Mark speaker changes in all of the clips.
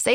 Speaker 1: Say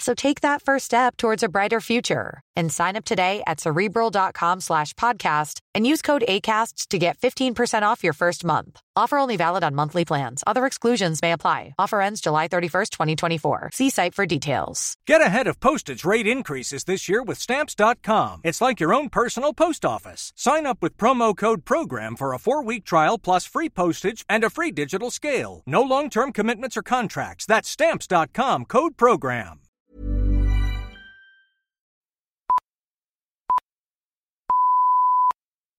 Speaker 1: So take that first step towards a brighter future and sign up today at cerebral.com slash podcast and use code ACAST to get 15% off your first month. Offer only valid on monthly plans. Other exclusions may apply. Offer ends July 31st, 2024. See site for details.
Speaker 2: Get ahead of postage rate increases this year with Stamps.com. It's like your own personal post office. Sign up with promo code PROGRAM for a four week trial plus free postage and a free digital scale. No long term commitments or contracts. That's Stamps.com code PROGRAM.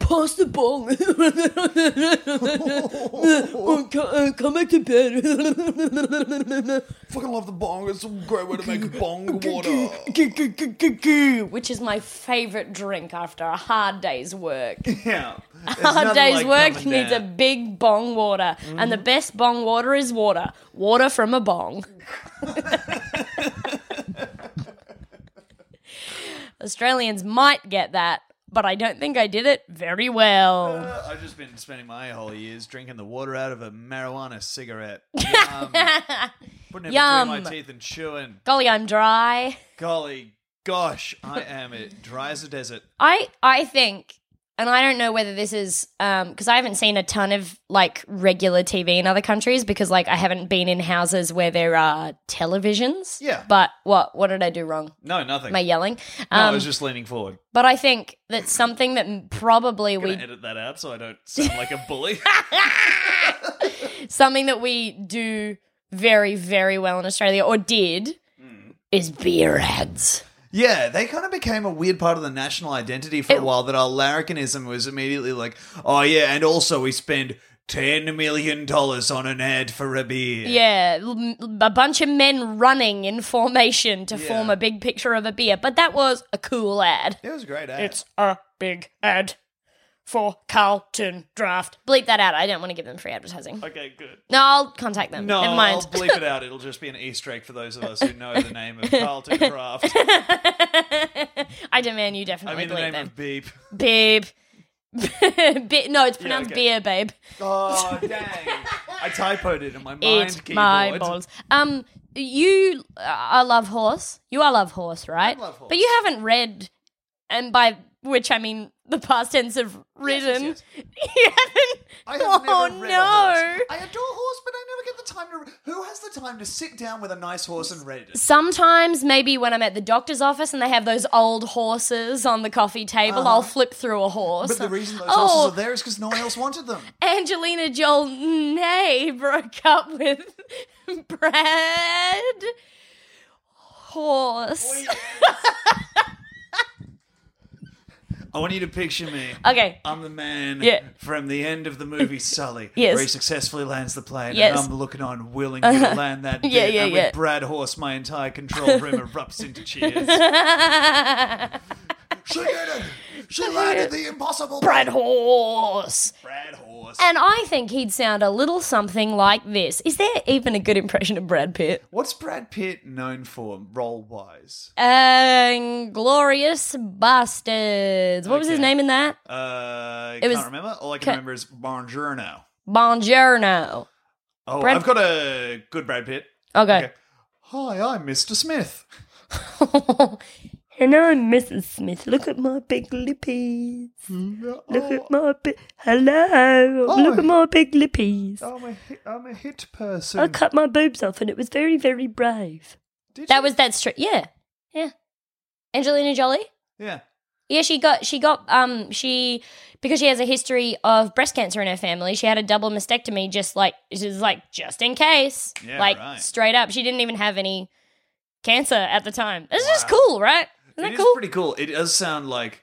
Speaker 3: Pass the ball. and co- uh, come back to bed.
Speaker 4: Fucking love the bong. It's a great way to make bong water.
Speaker 5: Which is my favorite drink after a hard day's work.
Speaker 6: Uh,
Speaker 4: Yeah.
Speaker 5: A hard day's work needs a big bong water, and the
Speaker 3: Mm-hmm.
Speaker 5: best bong water is water. Water from a bong. Australians might get that, but I don't think I did it very well.
Speaker 6: I've just been spending my whole years drinking the water out of a marijuana cigarette. Yum. Putting it between
Speaker 5: Yum.
Speaker 6: my teeth and chewing.
Speaker 5: Golly, I'm dry.
Speaker 6: Golly gosh, I am it. Dry as a desert.
Speaker 5: I I think, and I don't know whether this is because I haven't seen a ton of like regular TV in other countries because like I haven't been in houses where there are televisions.
Speaker 6: Yeah.
Speaker 5: But what what did I do wrong?
Speaker 6: No, nothing.
Speaker 5: Am I yelling?
Speaker 6: no,
Speaker 5: Um,
Speaker 6: I was just leaning forward.
Speaker 5: but I think that's something that m- probably
Speaker 6: I'm
Speaker 5: we
Speaker 6: going to edit that out so I don't sound like a bully.
Speaker 5: something that we do very very well in Australia or did
Speaker 6: Mm.
Speaker 5: is beer ads.
Speaker 6: yeah, they kind of became a weird part of the national identity for a while that our larrikinism was immediately like, oh yeah, and also we spend $10 million on an ad for a beer.
Speaker 5: Yeah, l- l- a bunch of men running in formation to form
Speaker 6: Yeah.
Speaker 5: a big picture of a beer, but that was a cool ad.
Speaker 6: It was a great ad.
Speaker 5: It's a big ad for Carlton Draft. Bleep that out. I don't want to give them free advertising.
Speaker 6: okay, good.
Speaker 5: No, I'll contact them.
Speaker 6: No,
Speaker 5: Never mind.
Speaker 6: I'll bleep it out. It'll just be an Easter egg for those of us who know the name of Carlton Craft.
Speaker 5: I demand you
Speaker 6: I
Speaker 5: definitely
Speaker 6: mean, the
Speaker 5: bleep
Speaker 6: name
Speaker 5: them.
Speaker 6: of Beep.
Speaker 5: Babe. Bi- no, it's pronounced
Speaker 6: okay.
Speaker 5: beer, babe.
Speaker 6: Oh, dang. I typoed it in my mind
Speaker 5: It's
Speaker 6: keyboard.
Speaker 5: my balls. Um, you are love horse. You are love horse, right?
Speaker 6: Love Horse.
Speaker 5: But you haven't read, and by which I mean the past tense of
Speaker 6: Yes,
Speaker 5: written.
Speaker 6: yes,
Speaker 5: You haven't.
Speaker 6: I have
Speaker 5: oh
Speaker 6: never read
Speaker 5: no.
Speaker 6: a horse. I adore horse, but I never get the time to. Re- Who has the time to sit down with a nice horse and read it?
Speaker 5: Sometimes, maybe when I'm at the doctor's office and they have those old horses on the coffee table, I'll flip through a horse.
Speaker 6: But the reason those
Speaker 5: oh,
Speaker 6: horses are there is because no one else wanted them.
Speaker 5: Angelina Jolie broke up with Brad Horse.
Speaker 6: I want you to picture me.
Speaker 5: Okay.
Speaker 6: I'm the man
Speaker 5: Yeah.
Speaker 6: from the end of the movie Sully,
Speaker 5: Yes.
Speaker 6: where he successfully lands the plane,
Speaker 5: Yes. Uh-huh.
Speaker 6: and I'm looking on, willing to land that.
Speaker 5: Yeah,
Speaker 6: bit,
Speaker 5: yeah,
Speaker 6: and
Speaker 5: yeah.
Speaker 6: With Brad Horse, my entire control room erupts into cheers. she did it! She landed the impossible.
Speaker 5: Brad Horse.
Speaker 6: Brad Horse.
Speaker 5: And I think he'd sound a little something like this. Is there even a good impression of Brad Pitt?
Speaker 6: What's Brad Pitt known for, role wise?
Speaker 5: And Glorious Bastards. What was his
Speaker 6: Okay.
Speaker 5: name in that?
Speaker 6: Uh,
Speaker 5: It
Speaker 6: can't
Speaker 5: was-
Speaker 6: remember. All I can
Speaker 5: ca-
Speaker 6: remember is Buongiorno.
Speaker 5: Bonjourno.
Speaker 6: Oh,
Speaker 5: Brad-
Speaker 6: I've got a good Brad Pitt.
Speaker 5: Okay.
Speaker 6: Okay. Hi, I'm Mr. Smith.
Speaker 3: Hello, I'm Mrs. Smith. Look at my big lippies. Look
Speaker 6: Oh,
Speaker 3: at my big. Hello. Look at my big lippies.
Speaker 6: I'm a hit, I'm a hit person.
Speaker 3: I cut my boobs off and it was very, very brave.
Speaker 6: Did
Speaker 5: That
Speaker 6: you?
Speaker 5: was that straight. Yeah. Yeah. Angelina Jolie?
Speaker 6: Yeah.
Speaker 5: Yeah, she got she got um she because she has a history of breast cancer in her family. She had a double mastectomy, just like she was like just in case,
Speaker 6: Yeah,
Speaker 5: like
Speaker 6: right.
Speaker 5: straight up. She didn't even have any cancer at the time. It's just cool, right? Isn't
Speaker 6: It
Speaker 5: that
Speaker 6: is
Speaker 5: cool?
Speaker 6: pretty cool. It does sound like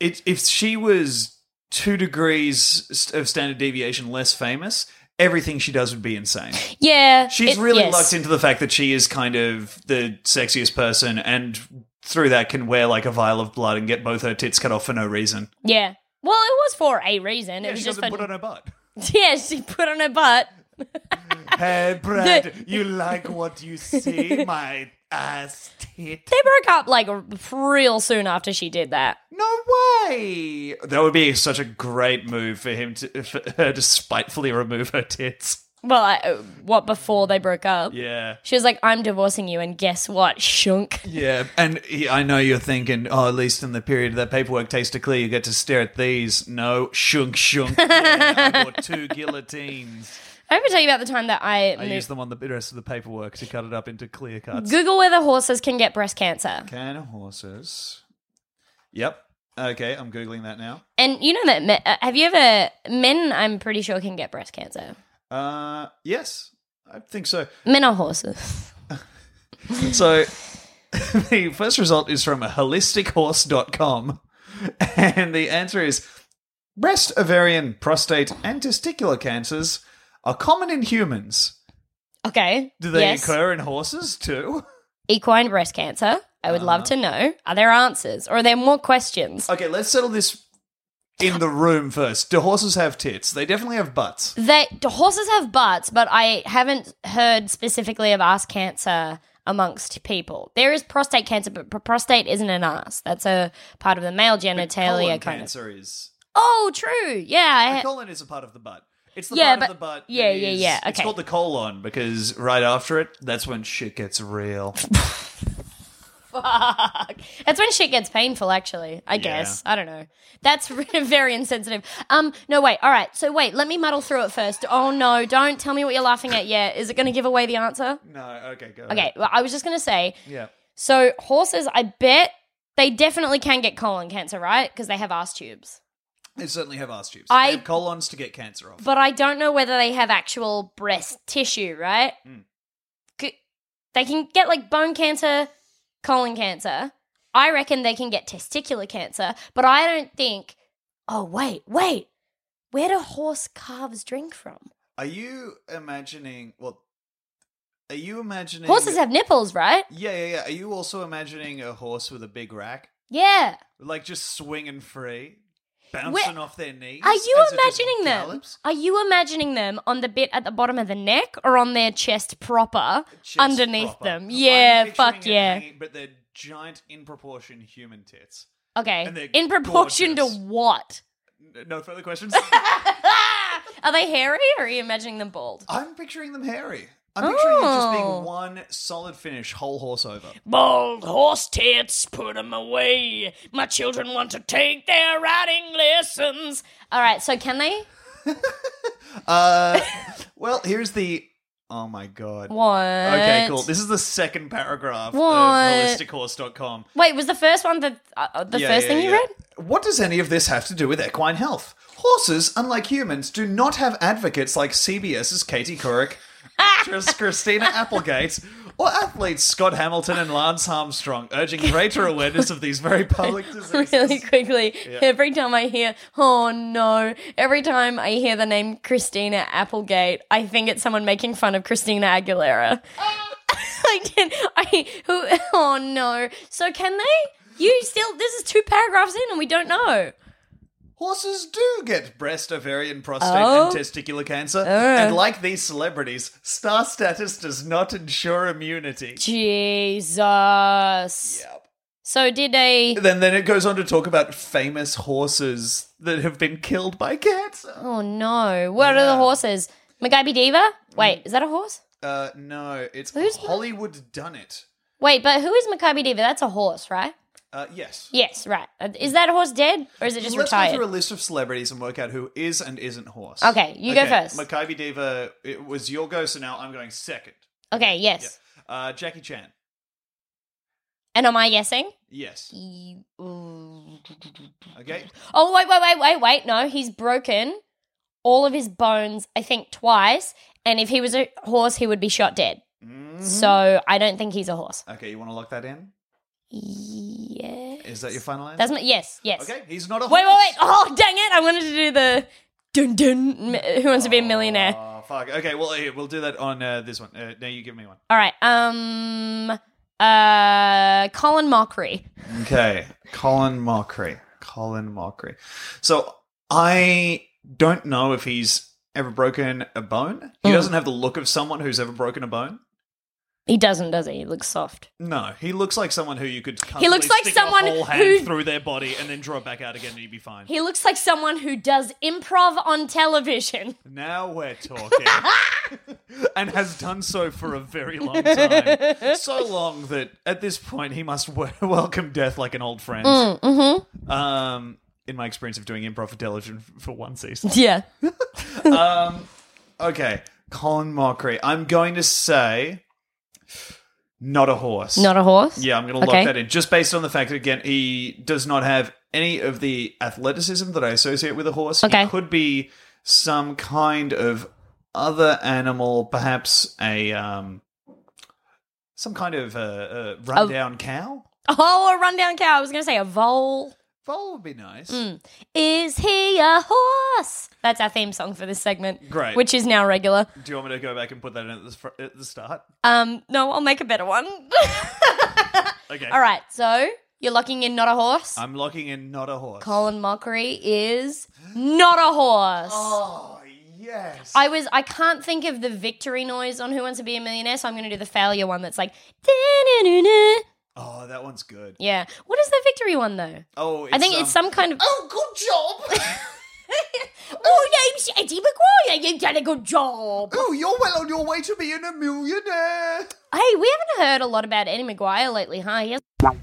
Speaker 6: it. If she was two degrees st- of standard deviation less famous, everything she does would be insane.
Speaker 5: yeah,
Speaker 6: She's
Speaker 5: it-
Speaker 6: really
Speaker 5: yes.
Speaker 6: lucked into the fact that she is kind of the sexiest person, and through that can wear like a vial of blood and get both her tits cut off for no reason.
Speaker 5: Yeah, well, it was for a reason.
Speaker 6: Yeah,
Speaker 5: it was
Speaker 6: she
Speaker 5: just
Speaker 6: doesn't
Speaker 5: for
Speaker 6: put on her butt.
Speaker 5: yeah, she put on her butt.
Speaker 6: Hey, Brad, you like what you see? My ass tit.
Speaker 5: They broke up like r- real soon after she did that.
Speaker 6: No way! That would be such a great move for him to for her to spitefully remove her tits.
Speaker 5: Well, I, uh, what before they broke up?
Speaker 6: Yeah.
Speaker 5: She was like, "I'm divorcing you," and guess what? Shunk.
Speaker 6: Yeah, and he- I know you're thinking, oh, at least in the period that paperwork takes to clear, you get to stare at these. No, shunk, shunk. Yeah, I bought two guillotines.
Speaker 5: I ever tell you about the time that I,
Speaker 6: I
Speaker 5: moved-
Speaker 6: used them on the rest of the paperwork to cut it up into clear cuts.
Speaker 5: Google whether horses can get breast cancer.
Speaker 6: Can horses? Yep. Okay, I'm googling that now.
Speaker 5: And you know that me- uh, have you ever men? I'm pretty sure can get breast cancer.
Speaker 6: Uh, yes, I think so.
Speaker 5: Men are horses.
Speaker 6: So the first result is from holistichorse.com. And the answer is breast, ovarian, prostate, and testicular cancers are common in humans.
Speaker 5: Okay.
Speaker 6: Do they
Speaker 5: yes.
Speaker 6: occur in horses too?
Speaker 5: Equine breast cancer. I would love
Speaker 6: Uh-huh.
Speaker 5: to know. Are there answers or are there more questions?
Speaker 6: Okay, let's settle this in the room first. Do horses have tits? They definitely have butts.
Speaker 5: They the horses have butts, but I haven't heard specifically of ass cancer amongst people. There is prostate cancer, but pr- prostate isn't an ass. That's a part of the male genitalia
Speaker 6: colon
Speaker 5: kind of.
Speaker 6: cancer is.
Speaker 5: Oh, true. Yeah.
Speaker 6: The
Speaker 5: I-
Speaker 6: colon is a part of the butt. It's the
Speaker 5: Yeah,
Speaker 6: part of
Speaker 5: but-
Speaker 6: the butt.
Speaker 5: yeah,
Speaker 6: that
Speaker 5: yeah,
Speaker 6: is-
Speaker 5: yeah,
Speaker 6: It's
Speaker 5: okay.
Speaker 6: called the colon because right after it, that's when shit gets real.
Speaker 5: Fuck. That's when shit gets painful, actually. I guess. I don't know. That's very insensitive. Um, no, wait. All right. So, wait. Let me muddle through it first. Oh, no. Don't tell me what you're laughing at yet. Is it going to give away the answer?
Speaker 6: no, okay, go.
Speaker 5: Okay. Well, I was just going to say
Speaker 6: Yeah.
Speaker 5: so, horses, I bet they definitely can get colon cancer, right? Because they have ass tubes.
Speaker 6: They certainly have ass tubes.
Speaker 5: I-
Speaker 6: they have colons to get cancer off.
Speaker 5: But I don't know whether they have actual breast tissue, right? C- They can get like bone cancer, colon cancer. I reckon they can get testicular cancer, but I don't think. Oh, wait, wait. Where do horse calves drink from?
Speaker 6: Are you imagining? Well, are you imagining
Speaker 5: Horses have nipples, right?
Speaker 6: Yeah, yeah, yeah. Are you also imagining a horse with a big rack,
Speaker 5: Yeah.
Speaker 6: like just swinging free, bouncing
Speaker 5: Where-
Speaker 6: off their knees?
Speaker 5: Are you
Speaker 6: as it just
Speaker 5: imagining them?
Speaker 6: gallops?
Speaker 5: Are you imagining them on the bit at the bottom of the neck or on their chest proper
Speaker 6: Chest
Speaker 5: underneath
Speaker 6: proper.
Speaker 5: them?
Speaker 6: I'm
Speaker 5: Yeah,
Speaker 6: picturing
Speaker 5: fuck
Speaker 6: it
Speaker 5: yeah.
Speaker 6: hanging- but they're giant in proportion human tits. and
Speaker 5: Okay.
Speaker 6: they're
Speaker 5: In proportion
Speaker 6: gorgeous.
Speaker 5: to what?
Speaker 6: N- No further questions.
Speaker 5: Are they hairy or are you imagining them bald?
Speaker 6: I'm picturing them hairy. I'm picturing it just
Speaker 5: Oh.
Speaker 6: being one solid finish, whole horse over.
Speaker 5: Bald horse tits, put 'em away. My children want to take their riding lessons. All right, so can they?
Speaker 6: Uh, well, here's the. Oh my god.
Speaker 5: What?
Speaker 6: Okay, cool. This is the second paragraph
Speaker 5: What?
Speaker 6: of holistichorse.com.
Speaker 5: Wait, was the first one the uh, uh, the
Speaker 6: Yeah,
Speaker 5: first
Speaker 6: yeah,
Speaker 5: thing you
Speaker 6: yeah.
Speaker 5: read?
Speaker 6: What does any of this have to do with equine health? Horses, unlike humans, do not have advocates like CBS's Katie Couric, actress Christina Applegate, or athletes Scott Hamilton and Lance Armstrong, urging greater awareness of these very public diseases.
Speaker 5: Really quickly. Every time I hear, oh no, every time I hear the name Christina Applegate, I think it's someone making fun of Christina Aguilera. I did. I who? Oh no. So can they? You still? This is two paragraphs in, and we don't know.
Speaker 6: Horses do get breast, ovarian, prostate,
Speaker 5: Oh.
Speaker 6: and testicular cancer, and like these celebrities, star status does not ensure immunity.
Speaker 5: Jesus.
Speaker 6: Yep.
Speaker 5: So did they?
Speaker 6: Then, then it goes on to talk about famous horses that have been killed by cancer.
Speaker 5: Oh no! What are the horses? MacGyver Diva? Wait, is that a horse?
Speaker 6: Uh, no, it's
Speaker 5: Who's-
Speaker 6: Hollywood done it.
Speaker 5: Wait, but who is Maccabi Diva? That's a horse, right?
Speaker 6: Uh, yes.
Speaker 5: Yes, right. Uh, Is that horse dead or is it just
Speaker 6: Let's go
Speaker 5: retired?
Speaker 6: through a list of celebrities and work out who is and isn't horse.
Speaker 5: Okay, you go first.
Speaker 6: Maccabi Diva, it was your go, so now I'm going second.
Speaker 5: okay, yes.
Speaker 6: Uh, Jackie Chan.
Speaker 5: And am I guessing?
Speaker 6: Yes.
Speaker 5: Y- ooh.
Speaker 6: Okay.
Speaker 5: Oh wait, wait, wait, wait, wait. No, he's broken all of his bones. I think twice. And if he was a horse, he would be shot dead. So I don't think he's a horse.
Speaker 6: Mm-hmm. Okay, you want to lock that in?
Speaker 5: Yeah.
Speaker 6: Is that your final answer?
Speaker 5: That's my yes, yes.
Speaker 6: okay, he's not a
Speaker 5: Wait, wait,
Speaker 6: horse.
Speaker 5: wait. Oh dang it! I wanted to do the dun dun. m- Who wants to be a millionaire?
Speaker 6: Oh fuck. Okay, well here, we'll do that on uh, this one. Uh, now you give me one.
Speaker 5: All right. Um. Uh. Colin Mockery.
Speaker 6: Okay, Colin Mockery. Colin Mockery. So I don't know if he's ever broken a bone. He
Speaker 5: Hmm.
Speaker 6: doesn't have the look of someone who's ever broken a bone.
Speaker 5: He doesn't, does he? He looks soft.
Speaker 6: No, he looks like someone who you could.
Speaker 5: He looks
Speaker 6: comfortably
Speaker 5: like
Speaker 6: stick your
Speaker 5: someone
Speaker 6: whole hand
Speaker 5: who-
Speaker 6: through their body and then draw it back out again, and you'd be fine.
Speaker 5: He looks like someone who does improv on television.
Speaker 6: Now we're talking. and has done so for a very long time. So long that at this point he must we- welcome death like an old friend.
Speaker 5: Hmm. Mm-hmm.
Speaker 6: Um, in my experience of doing improv for television f- for one season.
Speaker 5: Yeah.
Speaker 6: Okay, Colin Mockery. I'm going to say not a horse.
Speaker 5: Not a horse.
Speaker 6: Yeah, I'm going to lock
Speaker 5: Okay.
Speaker 6: that in just based on the fact that, again, he does not have any of the athleticism that I associate with a horse. He
Speaker 5: Okay.
Speaker 6: could be some kind of other animal, perhaps a. Um, some kind of uh, uh, rundown cow.
Speaker 5: Oh, a rundown cow. I was gonna say a vole.
Speaker 6: Vole would be nice.
Speaker 5: Hmm. Is he a horse? That's our theme song for this segment.
Speaker 6: Great.
Speaker 5: Which is now regular.
Speaker 6: Do you want me to go back and put that in at the, fr- at the start?
Speaker 5: Um, no, I'll make a better one.
Speaker 6: Okay.
Speaker 5: All right, so you're locking in not a horse.
Speaker 6: I'm locking in not a horse.
Speaker 5: Colin Mockery is not a horse.
Speaker 6: Oh, yes.
Speaker 5: I was I can't think of the victory noise on Who Wants to Be a Millionaire, so I'm gonna do the failure one that's like "Da-na-na-na."
Speaker 6: oh, that one's good.
Speaker 5: Yeah. What is the victory one though?
Speaker 6: Oh,
Speaker 5: I think it's
Speaker 6: um,
Speaker 5: some kind of
Speaker 4: Oh, good job.
Speaker 5: Oh name's Eddie McGuire, you've done a good job.
Speaker 6: Oh, you're well on your way to being a millionaire.
Speaker 5: Hey, we haven't heard a lot about Eddie McGuire lately, huh? He has-
Speaker 6: All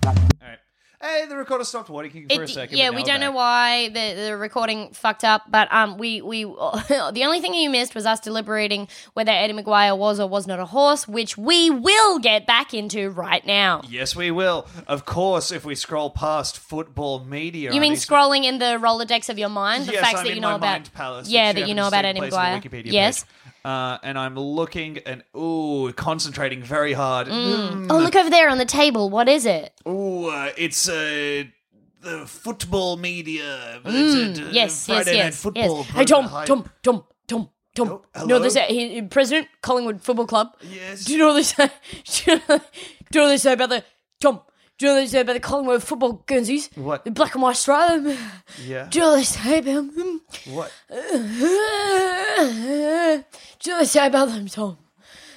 Speaker 6: right. Hey, the recorder stopped working for a
Speaker 5: It-
Speaker 6: second.
Speaker 5: yeah,
Speaker 6: but
Speaker 5: we
Speaker 6: now
Speaker 5: don't
Speaker 6: we're
Speaker 5: know
Speaker 6: back.
Speaker 5: why the, the recording fucked up, but um, we we the only thing you missed was us deliberating whether Eddie McGuire was or was not a horse, which we will get back into right now.
Speaker 6: Yes, we will. Of course, if we scroll past football media.
Speaker 5: You
Speaker 6: on
Speaker 5: mean
Speaker 6: these-
Speaker 5: scrolling in the Rolodex of your mind, the
Speaker 6: yes,
Speaker 5: facts
Speaker 6: I'm
Speaker 5: that
Speaker 6: in
Speaker 5: you know
Speaker 6: my
Speaker 5: about?
Speaker 6: Mind palace,
Speaker 5: yeah,
Speaker 6: which
Speaker 5: that you
Speaker 6: happens
Speaker 5: know
Speaker 6: to
Speaker 5: about
Speaker 6: take
Speaker 5: Eddie
Speaker 6: place on the
Speaker 5: McGuire.
Speaker 6: Wikipedia
Speaker 5: Yes.
Speaker 6: page. Uh, and I'm looking and ooh, concentrating very hard. Mm.
Speaker 5: Oh, look over there on the table. What is it?
Speaker 6: Ooh, uh, it's uh, the football media. Uh,
Speaker 5: Mm. yes, yes,
Speaker 6: Friday Night
Speaker 5: yes,
Speaker 6: football
Speaker 5: yes. Hey, Tom,
Speaker 6: program. Hi.
Speaker 5: Tom, Tom, Tom, Tom.
Speaker 6: Oh,
Speaker 5: no,
Speaker 6: hello?
Speaker 5: this he, he- President Collingwood Football Club.
Speaker 6: Yes.
Speaker 5: Do you know what they say? Do you know, do you know what they say about the Tom? Do you know what they say about the Collingwood football Guernseys?
Speaker 6: What?
Speaker 5: the black and white stripe?
Speaker 6: Yeah.
Speaker 5: Do you know what they say about them?
Speaker 6: What?
Speaker 5: Do you know what they say about them, Tom?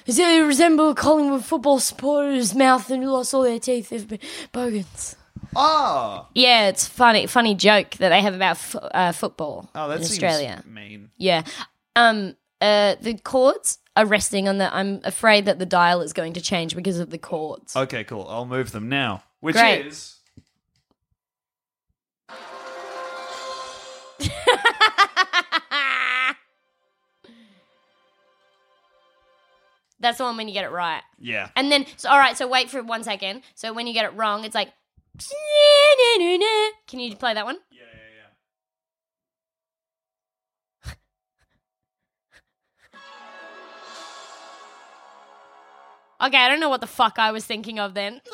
Speaker 5: They say they resemble Collingwood football supporters' mouth and lost all their teeth. They've been bogans.
Speaker 6: Ah.
Speaker 5: Yeah, it's funny, funny joke that they have about f- uh, football
Speaker 6: Oh, that
Speaker 5: in
Speaker 6: seems
Speaker 5: Australia.
Speaker 6: mean.
Speaker 5: Yeah. Um. Uh. The chords are resting on the. I'm afraid that the dial is going to change because of the chords.
Speaker 6: Okay, cool. I'll move them now. Which
Speaker 5: Great.
Speaker 6: is
Speaker 5: That's the one when you get it right.
Speaker 6: yeah.
Speaker 5: And then, so, all right. So wait for one second. So when you get it wrong, it's like. Can you play that one?
Speaker 6: Yeah, yeah, yeah.
Speaker 5: Okay, I don't know what the fuck I was thinking of then.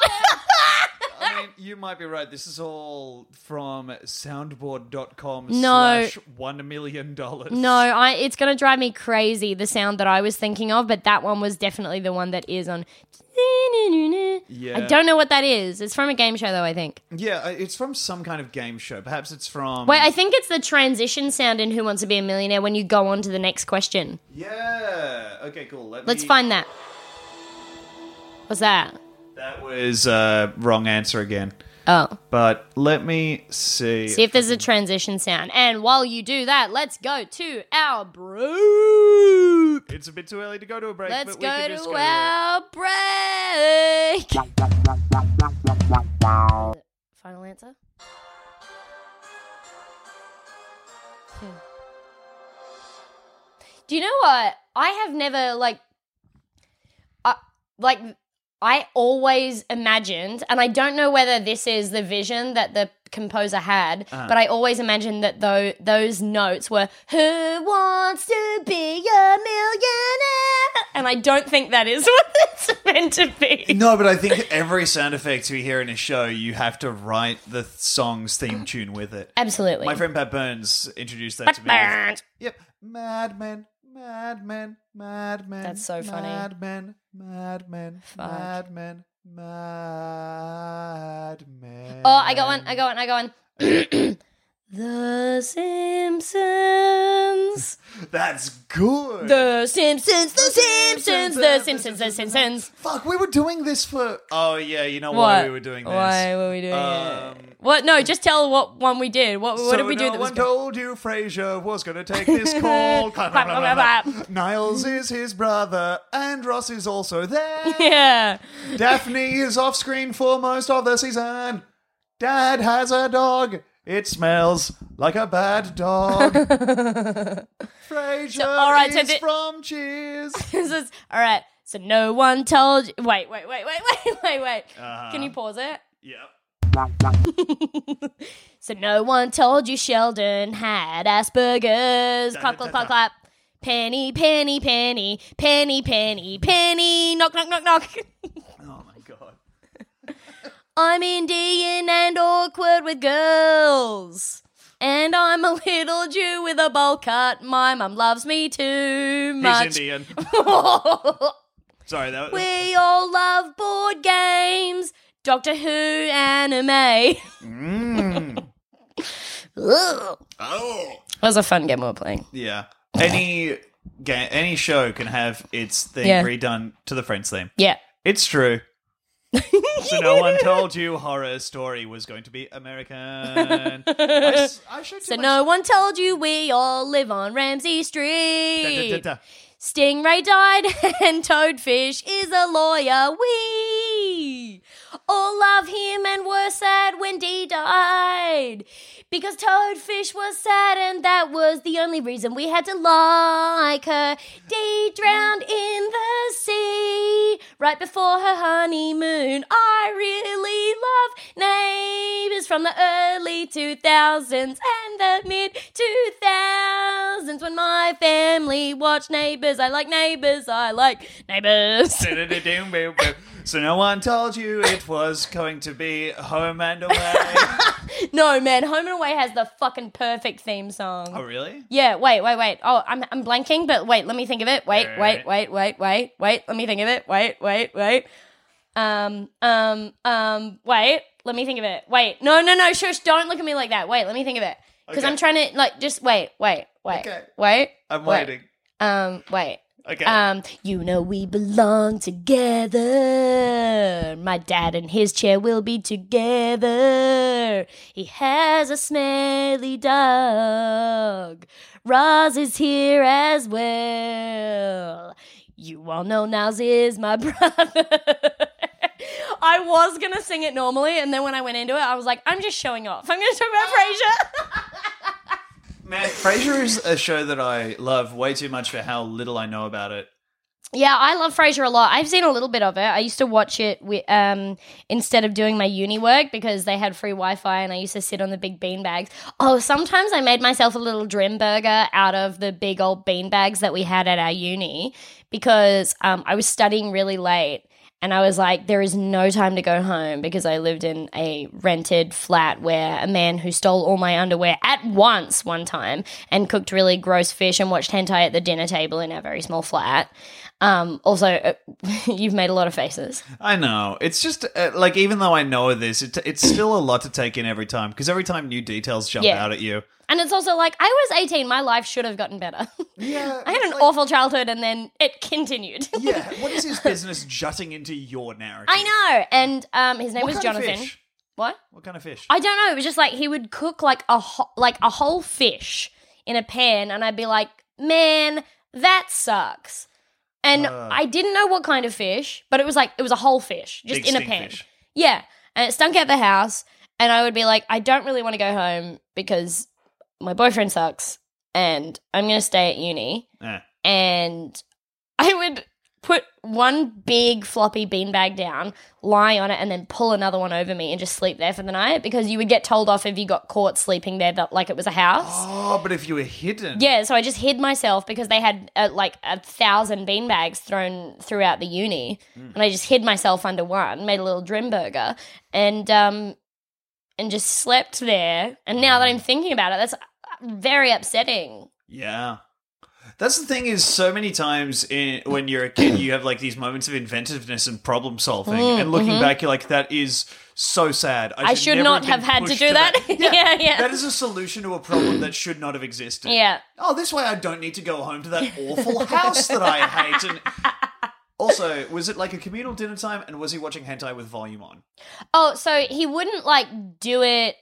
Speaker 6: I mean, you might be right. This is all from soundboard.com
Speaker 5: No.
Speaker 6: slash one million dollars.
Speaker 5: No, I it's gonna drive me crazy the sound that I was thinking of, but that one was definitely the one that is on.
Speaker 6: Yeah. Mm.
Speaker 5: I don't know what that is. It's from a game show though, I think.
Speaker 6: Yeah, I- it's from some kind of game show. Perhaps it's from
Speaker 5: Wait, I think it's the transition sound in Who Wants to Be a Millionaire when you go on to the next question.
Speaker 6: Yeah. Okay, cool. Let
Speaker 5: Let's
Speaker 6: me-
Speaker 5: find that. What's that?
Speaker 6: That was uh wrong answer again.
Speaker 5: Oh.
Speaker 6: But let me see.
Speaker 5: See if there's a transition sound. And while you do that, let's go to our break.
Speaker 6: it's a bit too early to go to a break.
Speaker 5: Let's
Speaker 6: but we
Speaker 5: go
Speaker 6: can
Speaker 5: to
Speaker 6: just go to it.
Speaker 5: our break. Final answer? Hmm. Do you know what? I have never like I like I always imagined and I don't know whether this is the vision that the composer had, but I always imagined that though those notes were "Who wants to be a millionaire?" and I don't think that is what it's meant to be.
Speaker 6: No, but I think every sound effects we hear in a show, you have to write the th- song's theme tune with it.
Speaker 5: Absolutely.
Speaker 6: My friend Pat Burns introduced that to me. with- Yep. Madmen, madmen, madmen.
Speaker 5: That's so funny.
Speaker 6: Madmen, madmen, madmen, madmen.
Speaker 5: Oh, I got one. I got one. I got one. the Simpsons.
Speaker 6: That's good.
Speaker 5: The Simpsons. The Simpsons. The Simpsons. The Simpsons.
Speaker 6: Fuck, we were doing this for. Oh yeah, you know why
Speaker 5: What?
Speaker 6: we were doing this.
Speaker 5: Why were we doing
Speaker 6: Um,
Speaker 5: it? What? No, just tell what one we did. What, what
Speaker 6: so
Speaker 5: did we do
Speaker 6: no
Speaker 5: that was
Speaker 6: one
Speaker 5: good?
Speaker 6: told you Frasier was going to take this call. Clap, clap, clap, clap, clap. Niles is his brother, and Ross is also there.
Speaker 5: Yeah.
Speaker 6: Daphne is off screen for most of the season. Dad has a dog. It smells like a bad dog. Frasier
Speaker 5: all right, so
Speaker 6: is
Speaker 5: the-
Speaker 6: from Cheers.
Speaker 5: this is all right. So no one told you. Wait, wait, wait, wait, wait, wait, wait. Can you pause it?
Speaker 6: yep.
Speaker 5: So no one told you Sheldon had Asperger's. Clap, clap, clap, clap. Penny, penny, penny, penny, penny, penny. Knock, knock, knock, knock.
Speaker 6: Oh my god.
Speaker 5: I'm Indian and awkward with girls. And I'm a little Jew with a bowl cut. My mum loves me too
Speaker 6: He's
Speaker 5: much.
Speaker 6: Indian. Sorry, that was.
Speaker 5: we all love board games, Doctor Who anime.
Speaker 6: Mm.
Speaker 5: Ugh. That was a fun game we were playing.
Speaker 6: Yeah. Any ga- any show can have its thing
Speaker 5: Yeah.
Speaker 6: redone to the Friends theme.
Speaker 5: Yeah.
Speaker 6: It's true. so no one told you horror story was going to be American. I, s- I show too
Speaker 5: So
Speaker 6: much-
Speaker 5: no one told you we all live on Ramsey
Speaker 6: Da, da, da,
Speaker 5: Street.
Speaker 6: da.
Speaker 5: Stingray died and Toadfish is a lawyer. We all love him and were sad when Dee died. Because Toadfish was sad and that was the only reason we had to like her. Dee drowned in the sea right before her honeymoon. I really love neighbors from the early 2000s and the mid 2000s when my family watched neighbors. I like neighbors. I like neighbors.
Speaker 6: So no one told you it was going to be home and away.
Speaker 5: no, man, Home and Away has the fucking perfect theme song.
Speaker 6: oh really?
Speaker 5: Yeah, wait, wait, wait. Oh, I'm I'm blanking, but wait, let me think of it. Wait, wait,
Speaker 6: Alright.
Speaker 5: wait, wait, wait, wait. Let me think of it. Wait, wait, wait. Um, um, um, wait. Let me think of it. Wait. No, no, no. Shush, don't look at me like that. Wait, let me think of it. Cuz
Speaker 6: Okay.
Speaker 5: I'm trying to like just wait, wait, wait.
Speaker 6: Okay.
Speaker 5: Wait.
Speaker 6: I'm
Speaker 5: wait.
Speaker 6: waiting.
Speaker 5: Um, wait.
Speaker 6: Okay.
Speaker 5: Um, you know we belong together. My dad and his chair will be together. He has a smelly dog. Roz is here as well. You all know Niles is my brother. I was gonna sing it normally, and then when I went into it, I was like, I'm just showing off. I'm gonna talk about Frasier.
Speaker 6: Man, Frasier is a show that I love way too much for how little I know about it.
Speaker 5: Yeah, I love Frasier a lot. I've seen a little bit of it. I used to watch it wi- um, instead of doing my uni work because they had free Wi Fi and I used to sit on the big bean bags. Oh, sometimes I made myself a little Drim burger out of the big old bean bags that we had at our uni because um, I was studying really late and I was like, there is no time to go home because I lived in a rented flat where a man who stole all my underwear at once one time and cooked really gross fish and watched hentai at the dinner table in our very small flat. Um, also, uh, you've made a lot of faces.
Speaker 6: I know. It's just uh, like even though I know this, it, it's still a lot to take in every time because every time new details jump
Speaker 5: Yeah.
Speaker 6: out at you.
Speaker 5: And it's also like, I was 18, my life should have gotten better.
Speaker 6: Yeah,
Speaker 5: I had an awful childhood and then it continued.
Speaker 6: Yeah, what is his business jutting into your narrative?
Speaker 5: I know. And um, his name
Speaker 6: What
Speaker 5: was
Speaker 6: kind of
Speaker 5: Jonathan.
Speaker 6: fish?
Speaker 5: What?
Speaker 6: What kind of fish?
Speaker 5: I don't know. It was just like he would cook like a ho- like a whole fish in a pan, and I'd be like, "Man, that sucks." And
Speaker 6: Uh.
Speaker 5: I didn't know what kind of fish, but it was like it was a whole fish, just
Speaker 6: Big
Speaker 5: in a
Speaker 6: stink
Speaker 5: pan.
Speaker 6: fish.
Speaker 5: Yeah, and it stunk at the house, and I would be like, "I don't really want to go home because my boyfriend sucks, and I'm gonna stay at uni."
Speaker 6: Eh.
Speaker 5: And I would put one big floppy beanbag down, lie on it, and then pull another one over me and just sleep there for the night because you would get told off if you got caught sleeping there that like it was a house.
Speaker 6: Oh, but if you were hidden.
Speaker 5: Yeah, so I just hid myself because they had uh, like a thousand beanbags thrown throughout the uni,
Speaker 6: Hmm.
Speaker 5: and I just hid myself under one, made a little Drimburger, and um, and just slept there. And now that I'm
Speaker 6: Hmm.
Speaker 5: thinking about it, that's uh, very upsetting.
Speaker 6: Yeah. That's the thing is so many times in, when you're a kid you have like these moments of inventiveness and problem solving and looking back you're like that is so sad.
Speaker 5: Mm, mm-hmm. I should
Speaker 6: never
Speaker 5: not
Speaker 6: been
Speaker 5: have had to
Speaker 6: pushed
Speaker 5: do that. Yeah, yeah.
Speaker 6: That is a solution to a problem that should not have existed.
Speaker 5: Yeah.
Speaker 6: Oh, this way I don't need to go home to that awful house that I hate and also, was it like a communal dinner time and was he watching hentai with volume on?
Speaker 5: Oh, so he wouldn't like do it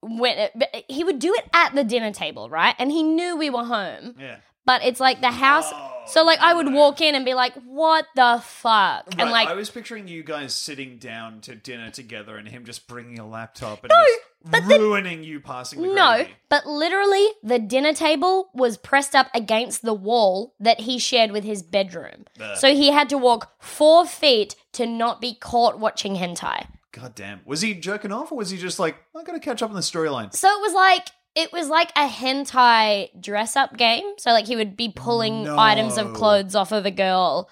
Speaker 5: when it, but he would do it at the dinner table, right? And he knew we were home.
Speaker 6: Yeah.
Speaker 5: But it's like the house. so like I would walk in and be like, "What the fuck?"
Speaker 6: Right,
Speaker 5: and like
Speaker 6: I was picturing you guys sitting down to dinner together and him just bringing a laptop and
Speaker 5: but
Speaker 6: just
Speaker 5: the-
Speaker 6: ruining you passing the
Speaker 5: no,
Speaker 6: gravy.
Speaker 5: but literally the dinner table was pressed up against the wall that he shared with his bedroom.
Speaker 6: Ugh.
Speaker 5: So he had to walk 4 feet to not be caught watching hentai.
Speaker 6: God damn. Was he jerking off or was he just like, I gotta catch up on the storyline?
Speaker 5: So it was like it was like a hentai dress up game. So like he would be pulling
Speaker 6: No.
Speaker 5: items of clothes off of a girl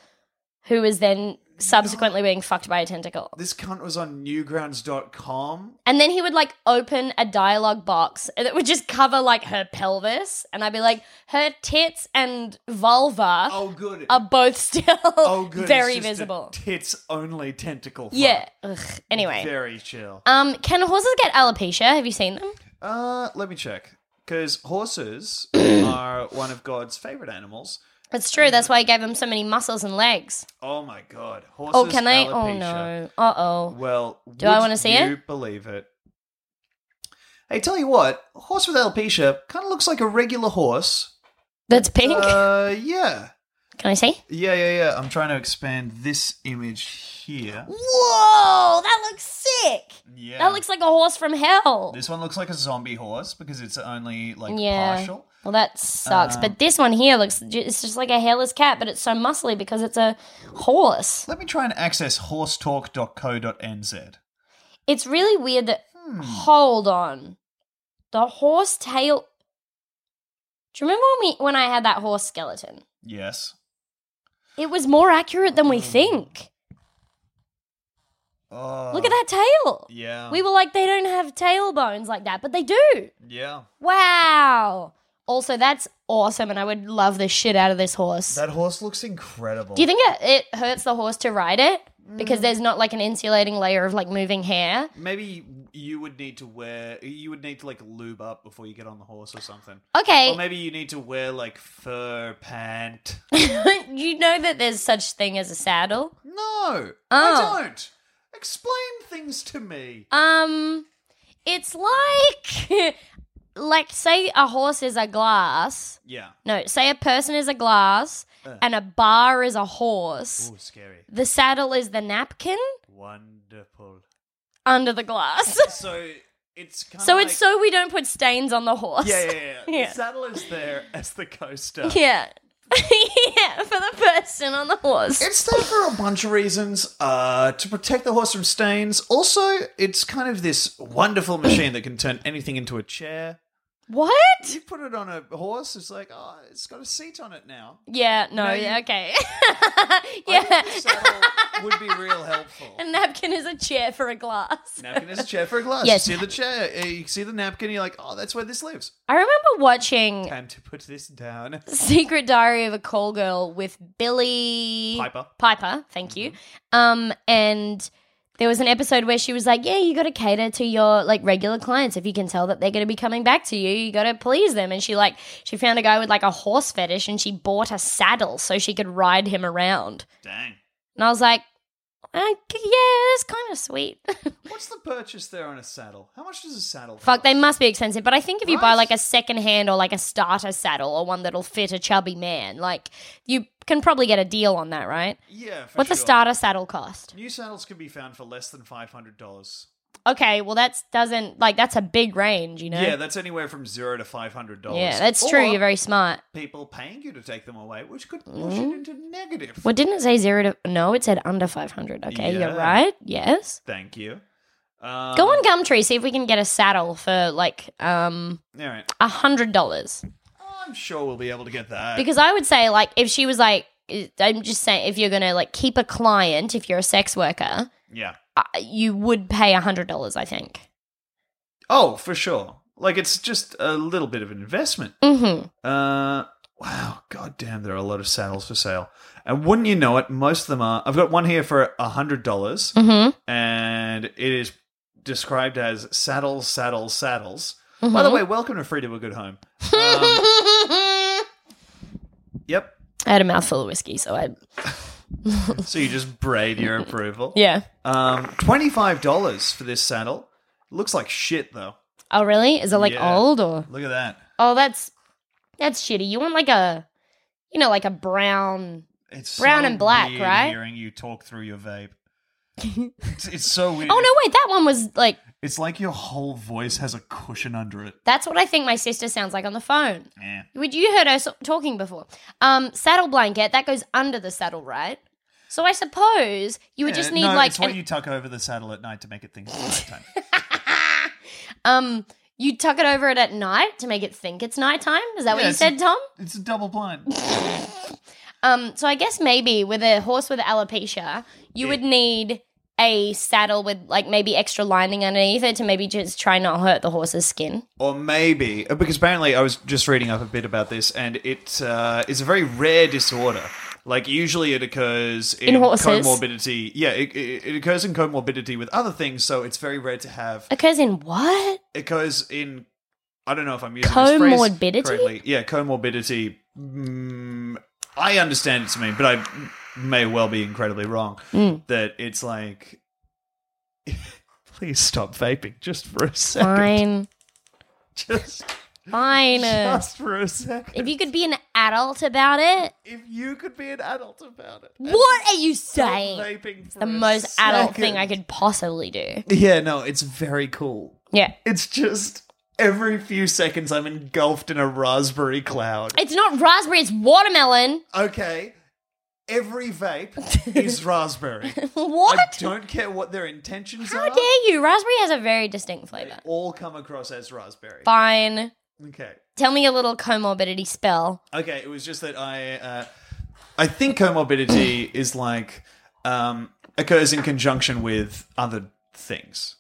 Speaker 5: who was then subsequently being fucked by a tentacle.
Speaker 6: This cunt was on newgrounds.com.
Speaker 5: And then he would like open a dialogue box that would just cover like her pelvis and I'd be like her tits and vulva
Speaker 6: Oh, good.
Speaker 5: are both still
Speaker 6: oh, good. It's
Speaker 5: very
Speaker 6: just a
Speaker 5: visible.
Speaker 6: Tits only tentacle. fuck.
Speaker 5: yeah. Ugh. Anyway.
Speaker 6: Very chill.
Speaker 5: um can horses get alopecia? Have you seen them?
Speaker 6: Uh, let me check. Because horses are one of God's favorite animals.
Speaker 5: It's true. That's why he gave them so many muscles and legs.
Speaker 6: Oh my God. Horses.
Speaker 5: Oh, can they? Oh
Speaker 6: alopecia.
Speaker 5: no. Uh oh.
Speaker 6: Well,
Speaker 5: Do I
Speaker 6: would
Speaker 5: wanna see
Speaker 6: you Believe it. Hey, tell you what, a horse with alopecia kind of looks like a regular horse.
Speaker 5: That's pink.
Speaker 6: Uh, yeah,
Speaker 5: Can I see?
Speaker 6: yeah, yeah, yeah. I'm trying to expand this image here.
Speaker 5: Whoa, that looks sick.
Speaker 6: Yeah,
Speaker 5: That looks like a horse from hell.
Speaker 6: This one looks like a zombie horse because it's only like
Speaker 5: Yeah.
Speaker 6: partial.
Speaker 5: Well, that sucks.
Speaker 6: Uh.
Speaker 5: but this one here looks, ju- it's just like a hairless cat, but it's so muscly because it's a horse.
Speaker 6: Let me try and access horsetalk.co.nz.
Speaker 5: It's really weird that.
Speaker 6: Hmm,
Speaker 5: Hold on. The horse tail. Do you remember when, we, when I had that horse skeleton?
Speaker 6: Yes.
Speaker 5: It was more accurate than we
Speaker 6: Mm.
Speaker 5: think.
Speaker 6: Oh.
Speaker 5: Look at that tail.
Speaker 6: Yeah.
Speaker 5: We were like, they don't have tail bones like that, but they do.
Speaker 6: yeah.
Speaker 5: Wow. Also, that's awesome, and I would love the shit out of this horse.
Speaker 6: That horse looks incredible.
Speaker 5: Do you think it, it hurts the horse to ride it? Because
Speaker 6: Mm.
Speaker 5: there's not like an insulating layer of like moving hair.
Speaker 6: Maybe you would need to wear. You would need to like lube up before you get on the horse or something.
Speaker 5: Okay,
Speaker 6: Or maybe you need to wear like fur pant.
Speaker 5: you know that there's such thing as a saddle.
Speaker 6: No,
Speaker 5: Oh.
Speaker 6: I don't. Explain things to me.
Speaker 5: Um, it's like, like say a horse is a glass.
Speaker 6: Yeah.
Speaker 5: No, say a person is a glass, and a bar is a horse.
Speaker 6: Ooh, scary.
Speaker 5: The saddle is the napkin
Speaker 6: Wonderful.
Speaker 5: under the glass.
Speaker 6: So it's kind
Speaker 5: So it's so we don't put stains on the horse.
Speaker 6: Yeah, yeah, yeah.
Speaker 5: Yeah.
Speaker 6: The saddle is there as the coaster.
Speaker 5: Yeah. Yeah, for the person on the horse.
Speaker 6: It's there for a bunch of reasons. Uh, to protect the horse from stains. Also, it's kind of this wonderful machine that can turn anything into a chair.
Speaker 5: What?
Speaker 6: You put it on a horse, it's like, oh, it's got a seat on it now.
Speaker 5: Yeah, no,
Speaker 6: No, you-
Speaker 5: yeah, okay.
Speaker 6: I
Speaker 5: yeah.
Speaker 6: think the saddle would be real helpful.
Speaker 5: A napkin is a chair for a glass.
Speaker 6: Napkin is a chair for a glass.
Speaker 5: Yes.
Speaker 6: You see the chair. uh, You see the napkin. You're like, oh, that's where this lives.
Speaker 5: I remember watching
Speaker 6: Time to put this down.
Speaker 5: Secret Diary of a Call Girl with Billy
Speaker 6: Piper.
Speaker 5: Piper, thank you. Um, and there was an episode where she was like, "Yeah, you got to cater to your like regular clients. If you can tell that they're going to be coming back to you, you got to please them." And she like she found a guy with like a horse fetish, and she bought a saddle so she could ride him around.
Speaker 6: Dang.
Speaker 5: And I was like, I, "Yeah, that's kind of sweet."
Speaker 6: What's the purchase there on a saddle? How much does a saddle?
Speaker 5: Fuck, they
Speaker 6: cost?
Speaker 5: must be expensive. But I think if you buy
Speaker 6: Right.
Speaker 5: like a second hand or like a starter saddle or one that'll fit a chubby man, like you can probably get a deal on that, right?
Speaker 6: Yeah. For
Speaker 5: What's a
Speaker 6: sure.
Speaker 5: starter saddle cost?
Speaker 6: New saddles can be found for less than five hundred dollars.
Speaker 5: Okay, well that's doesn't like that's a big range, you know.
Speaker 6: Yeah, that's anywhere from zero to five hundred dollars.
Speaker 5: Yeah, that's true. You're very Mm-hmm. smart.
Speaker 6: people paying you to take them away, which could push it into negative.
Speaker 5: Well, didn't it say zero to? No, it said under five hundred. Okay,
Speaker 6: Yeah.
Speaker 5: you're right. Yes.
Speaker 6: Thank you. Um,
Speaker 5: Go on Gumtree, see if we can get a saddle for like um
Speaker 6: All right,
Speaker 5: a hundred dollars.
Speaker 6: I'm sure we'll be able to get that.
Speaker 5: Because I would say like if she was like, eh, I'm just saying if you're gonna like keep a client, if you're a sex worker,
Speaker 6: yeah.
Speaker 5: uh, you would pay a hundred dollars. I think.
Speaker 6: Oh, for sure. Like it's just a little bit of an investment.
Speaker 5: Mm-hmm.
Speaker 6: Uh, wow, goddamn, there are a lot of saddles for sale, and wouldn't you know it, most of them are. I've got one here for a hundred dollars,
Speaker 5: Mm-hmm.
Speaker 6: and it is described as saddles, saddles, saddles. By the
Speaker 5: Mm-hmm.
Speaker 6: way, welcome to Free to a Good Home. Um, yep.
Speaker 5: I had a mouthful of whiskey, so I
Speaker 6: So you just braid your approval.
Speaker 5: yeah.
Speaker 6: Um, twenty-five dollars for this saddle. Looks like shit though.
Speaker 5: Oh really? Is it like
Speaker 6: Yeah.
Speaker 5: old or?
Speaker 6: Look at that.
Speaker 5: Oh, that's that's shitty. You want like a, you know, like a brown.
Speaker 6: It's
Speaker 5: Brown and black,
Speaker 6: weird
Speaker 5: right?
Speaker 6: Hearing you talk through your vape. it's, it's so weird.
Speaker 5: Oh no, wait, that one was like.
Speaker 6: It's like your whole voice has a cushion under it.
Speaker 5: That's what I think my sister sounds like on the phone.
Speaker 6: Yeah.
Speaker 5: Would you heard her so- talking before? Um, saddle blanket that goes under the saddle, right? So I suppose you would just need
Speaker 6: no,
Speaker 5: like
Speaker 6: it's what
Speaker 5: an-
Speaker 6: you tuck over the saddle at night to make it think it's nighttime.
Speaker 5: um, you tuck it over it at night to make it think it's nighttime. Is that what
Speaker 6: Yeah,
Speaker 5: you
Speaker 6: it's-
Speaker 5: said, Tom?
Speaker 6: it's a double blind.
Speaker 5: Um, so I guess maybe with a horse with alopecia, you would need a saddle with like maybe extra lining underneath it to maybe just try not hurt the horse's skin.
Speaker 6: Or maybe uh, because apparently I was just reading up a bit about this, and it uh, is a very rare disorder. Like usually it occurs
Speaker 5: In
Speaker 6: in,
Speaker 5: horses?
Speaker 6: comorbidity. Yeah, it, it, it occurs in comorbidity with other things, so it's very rare to have.
Speaker 5: Occurs in what?
Speaker 6: It occurs in. I don't know if I'm using this phrase
Speaker 5: Comorbidity?
Speaker 6: correctly. Yeah, comorbidity. Mm, I understand it to mean, but I may well be incredibly wrong.
Speaker 5: Mm.
Speaker 6: That it's like. Please stop vaping just for a second.
Speaker 5: Fine,
Speaker 6: Just,
Speaker 5: fine.
Speaker 6: just for a second.
Speaker 5: If you could be an adult about it,
Speaker 6: if you could be an adult about it.
Speaker 5: what are you
Speaker 6: Stop
Speaker 5: saying?
Speaker 6: vaping for
Speaker 5: The
Speaker 6: a
Speaker 5: most adult thing I
Speaker 6: second.
Speaker 5: could possibly do.
Speaker 6: Yeah, no, it's very cool.
Speaker 5: Yeah.
Speaker 6: It's just every few seconds I'm engulfed in a raspberry cloud.
Speaker 5: It's not raspberry, it's watermelon.
Speaker 6: Okay. Every vape is raspberry. I
Speaker 5: What?
Speaker 6: don't care what their intentions
Speaker 5: How
Speaker 6: are.
Speaker 5: dare you? Raspberry has a very distinct
Speaker 6: They
Speaker 5: flavor.
Speaker 6: all come across as raspberry.
Speaker 5: Fine.
Speaker 6: Okay.
Speaker 5: Tell me a little comorbidity spell.
Speaker 6: Okay, it was just that I, uh, I think comorbidity is like um, occurs in conjunction with other things,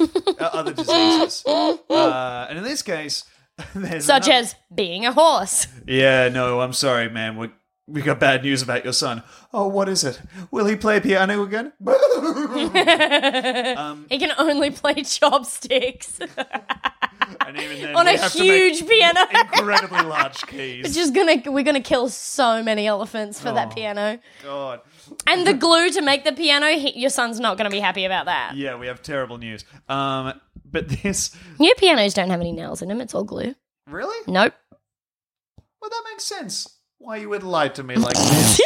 Speaker 6: uh, other diseases, uh, and in this case, there's
Speaker 5: such
Speaker 6: another-
Speaker 5: as being a horse.
Speaker 6: Yeah, no, I'm sorry, man. We we got bad news about your son. Oh, what is it? Will he play piano again? um,
Speaker 5: He can only play chopsticks
Speaker 6: and even then,
Speaker 5: on
Speaker 6: we
Speaker 5: a
Speaker 6: have to make
Speaker 5: huge piano.
Speaker 6: incredibly large
Speaker 5: It's
Speaker 6: keys.
Speaker 5: just gonna we're gonna kill so many elephants for
Speaker 6: Oh.
Speaker 5: that piano.
Speaker 6: God.
Speaker 5: And the glue to make the piano, he, your son's not gonna be happy about that.
Speaker 6: Yeah, we have terrible news. Um, but this
Speaker 5: New pianos don't have any nails in them, it's all glue.
Speaker 6: really.
Speaker 5: Nope.
Speaker 6: Well, that makes sense. Why you would lie to me like this?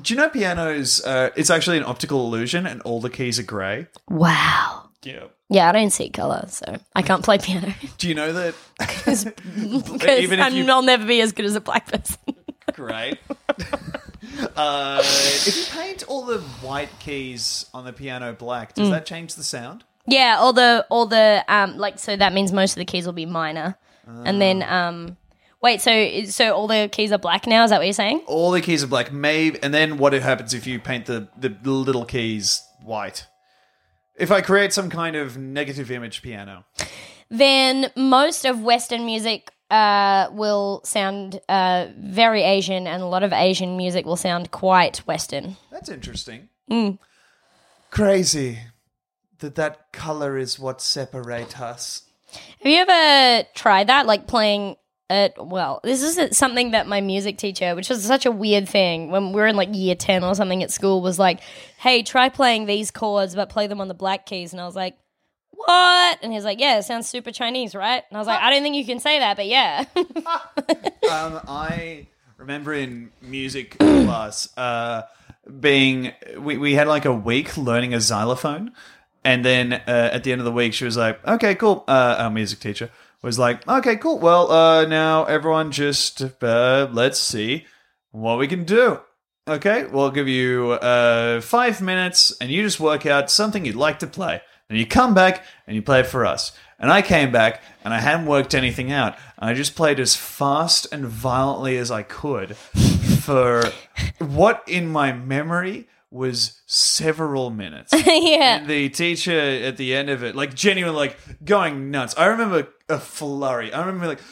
Speaker 6: Do you know pianos? Uh, it's actually an optical illusion, and all the keys are grey.
Speaker 5: Wow.
Speaker 6: Yeah.
Speaker 5: Yeah, I don't see color, so I can't play piano
Speaker 6: Do you know that?
Speaker 5: because
Speaker 6: Even if
Speaker 5: I'm-
Speaker 6: you-
Speaker 5: I'll never be as good as a black person.
Speaker 6: Grey. uh, if you paint all the white keys on the piano black,
Speaker 5: Mm.
Speaker 6: does that change the sound?
Speaker 5: Yeah, all the all the um like so that means most of the keys will be minor. And then
Speaker 6: Ah.
Speaker 5: um wait, so so all the keys are black now, is that what you're saying?
Speaker 6: All the keys are black, maybe. And then what happens if you paint the the little keys white? If I create some kind of negative image piano,
Speaker 5: Then most of western music uh, will sound uh, very Asian, and a lot of Asian music will sound quite Western.
Speaker 6: That's interesting. Crazy that that color is what separates us.
Speaker 5: Have you ever tried that? Like playing at, well, this is something that my music teacher, which was such a weird thing when we were in like year 10 or something at school, was like, hey, try playing these chords, but play them on the black keys. And I was like, what? And he was like, yeah, it sounds super Chinese, right? And I was like, I don't think you can say that, but yeah.
Speaker 6: Um, I remember in music class uh, being we, we had like a week learning a xylophone, And then uh, at the end of the week, she was like, okay, cool. Uh, our music teacher was like, okay, cool. Well, uh, now everyone just uh, let's see what we can do. Okay, we'll give you uh, five minutes and you just work out something you'd like to play. And you come back and you play it for us. And I came back and I hadn't worked anything out. And I just played as fast and violently as I could for what in my memory was several minutes.
Speaker 5: yeah.
Speaker 6: And the teacher at the end of it, like genuinely, like going nuts. I remember a flurry. I remember like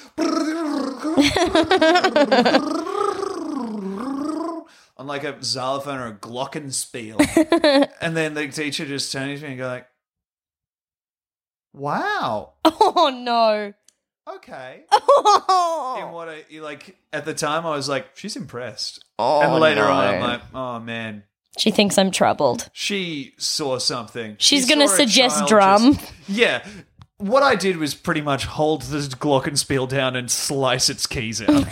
Speaker 6: on like a xylophone or a glockenspiel, and then the teacher just turns to me and go like, "Wow,
Speaker 5: Oh no.
Speaker 6: okay." And
Speaker 5: Oh.
Speaker 6: what I like at the time, I was like, "She's impressed," and later on, I'm like, "Oh man."
Speaker 5: She thinks I'm troubled.
Speaker 6: she saw something.
Speaker 5: She's
Speaker 6: She
Speaker 5: gonna
Speaker 6: saw a
Speaker 5: suggest
Speaker 6: child
Speaker 5: drum.
Speaker 6: just- yeah. What I did was pretty much hold the glockenspiel down and slice its keys out.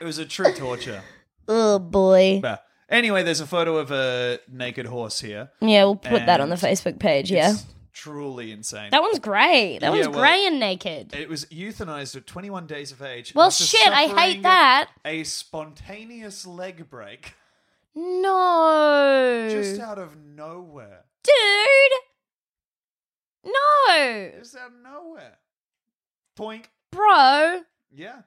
Speaker 6: it was a true torture.
Speaker 5: Oh boy.
Speaker 6: But anyway, there's a photo of a naked horse here.
Speaker 5: Yeah, we'll put that on
Speaker 6: And
Speaker 5: the Facebook page. Yeah.
Speaker 6: It's truly insane.
Speaker 5: That one's great. That
Speaker 6: Yeah,
Speaker 5: one's
Speaker 6: well-
Speaker 5: grey and naked.
Speaker 6: it was euthanized at 21 days of age.
Speaker 5: Well,
Speaker 6: after
Speaker 5: shit, I hate
Speaker 6: suffering
Speaker 5: that.
Speaker 6: A spontaneous leg break
Speaker 5: No.
Speaker 6: just out of nowhere.
Speaker 5: Dude. No.
Speaker 6: Just out of nowhere. Poink.
Speaker 5: Bro.
Speaker 6: Yeah.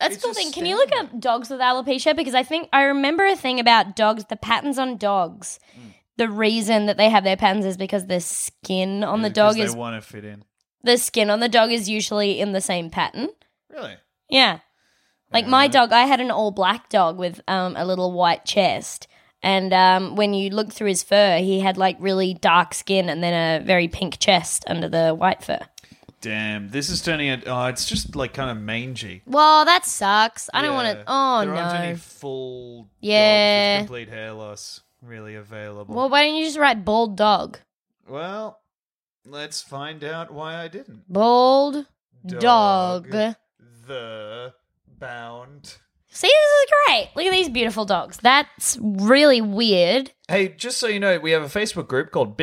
Speaker 5: That's
Speaker 6: It's
Speaker 5: cool
Speaker 6: just
Speaker 5: thing. Can you look
Speaker 6: standing
Speaker 5: up dogs with alopecia? Because I think I remember a thing about dogs, the patterns on dogs.
Speaker 6: Mm.
Speaker 5: The reason that they have their patterns is because the skin on the dog is
Speaker 6: They want to fit in.
Speaker 5: the skin on the dog is usually in the same pattern.
Speaker 6: Really?
Speaker 5: Yeah. Like my
Speaker 6: Uh.
Speaker 5: dog, I had an all black dog with um, a little white chest. And um, when you look through his fur, he had like really dark skin and then a very pink chest under the white fur.
Speaker 6: Damn, this is turning it. Oh, it's just like kind of mangy.
Speaker 5: Well, that sucks. I don't want
Speaker 6: Yeah.
Speaker 5: to. Oh,
Speaker 6: there
Speaker 5: no.
Speaker 6: aren't any full dogs with
Speaker 5: Yeah.
Speaker 6: complete hair loss really available.
Speaker 5: Well, why didn't you just write bald dog?
Speaker 6: Well, let's find out why I didn't.
Speaker 5: Bald dog.
Speaker 6: The bound.
Speaker 5: See, this is great. Look at these beautiful dogs. That's really weird.
Speaker 6: Hey, just so you know, we have a Facebook group called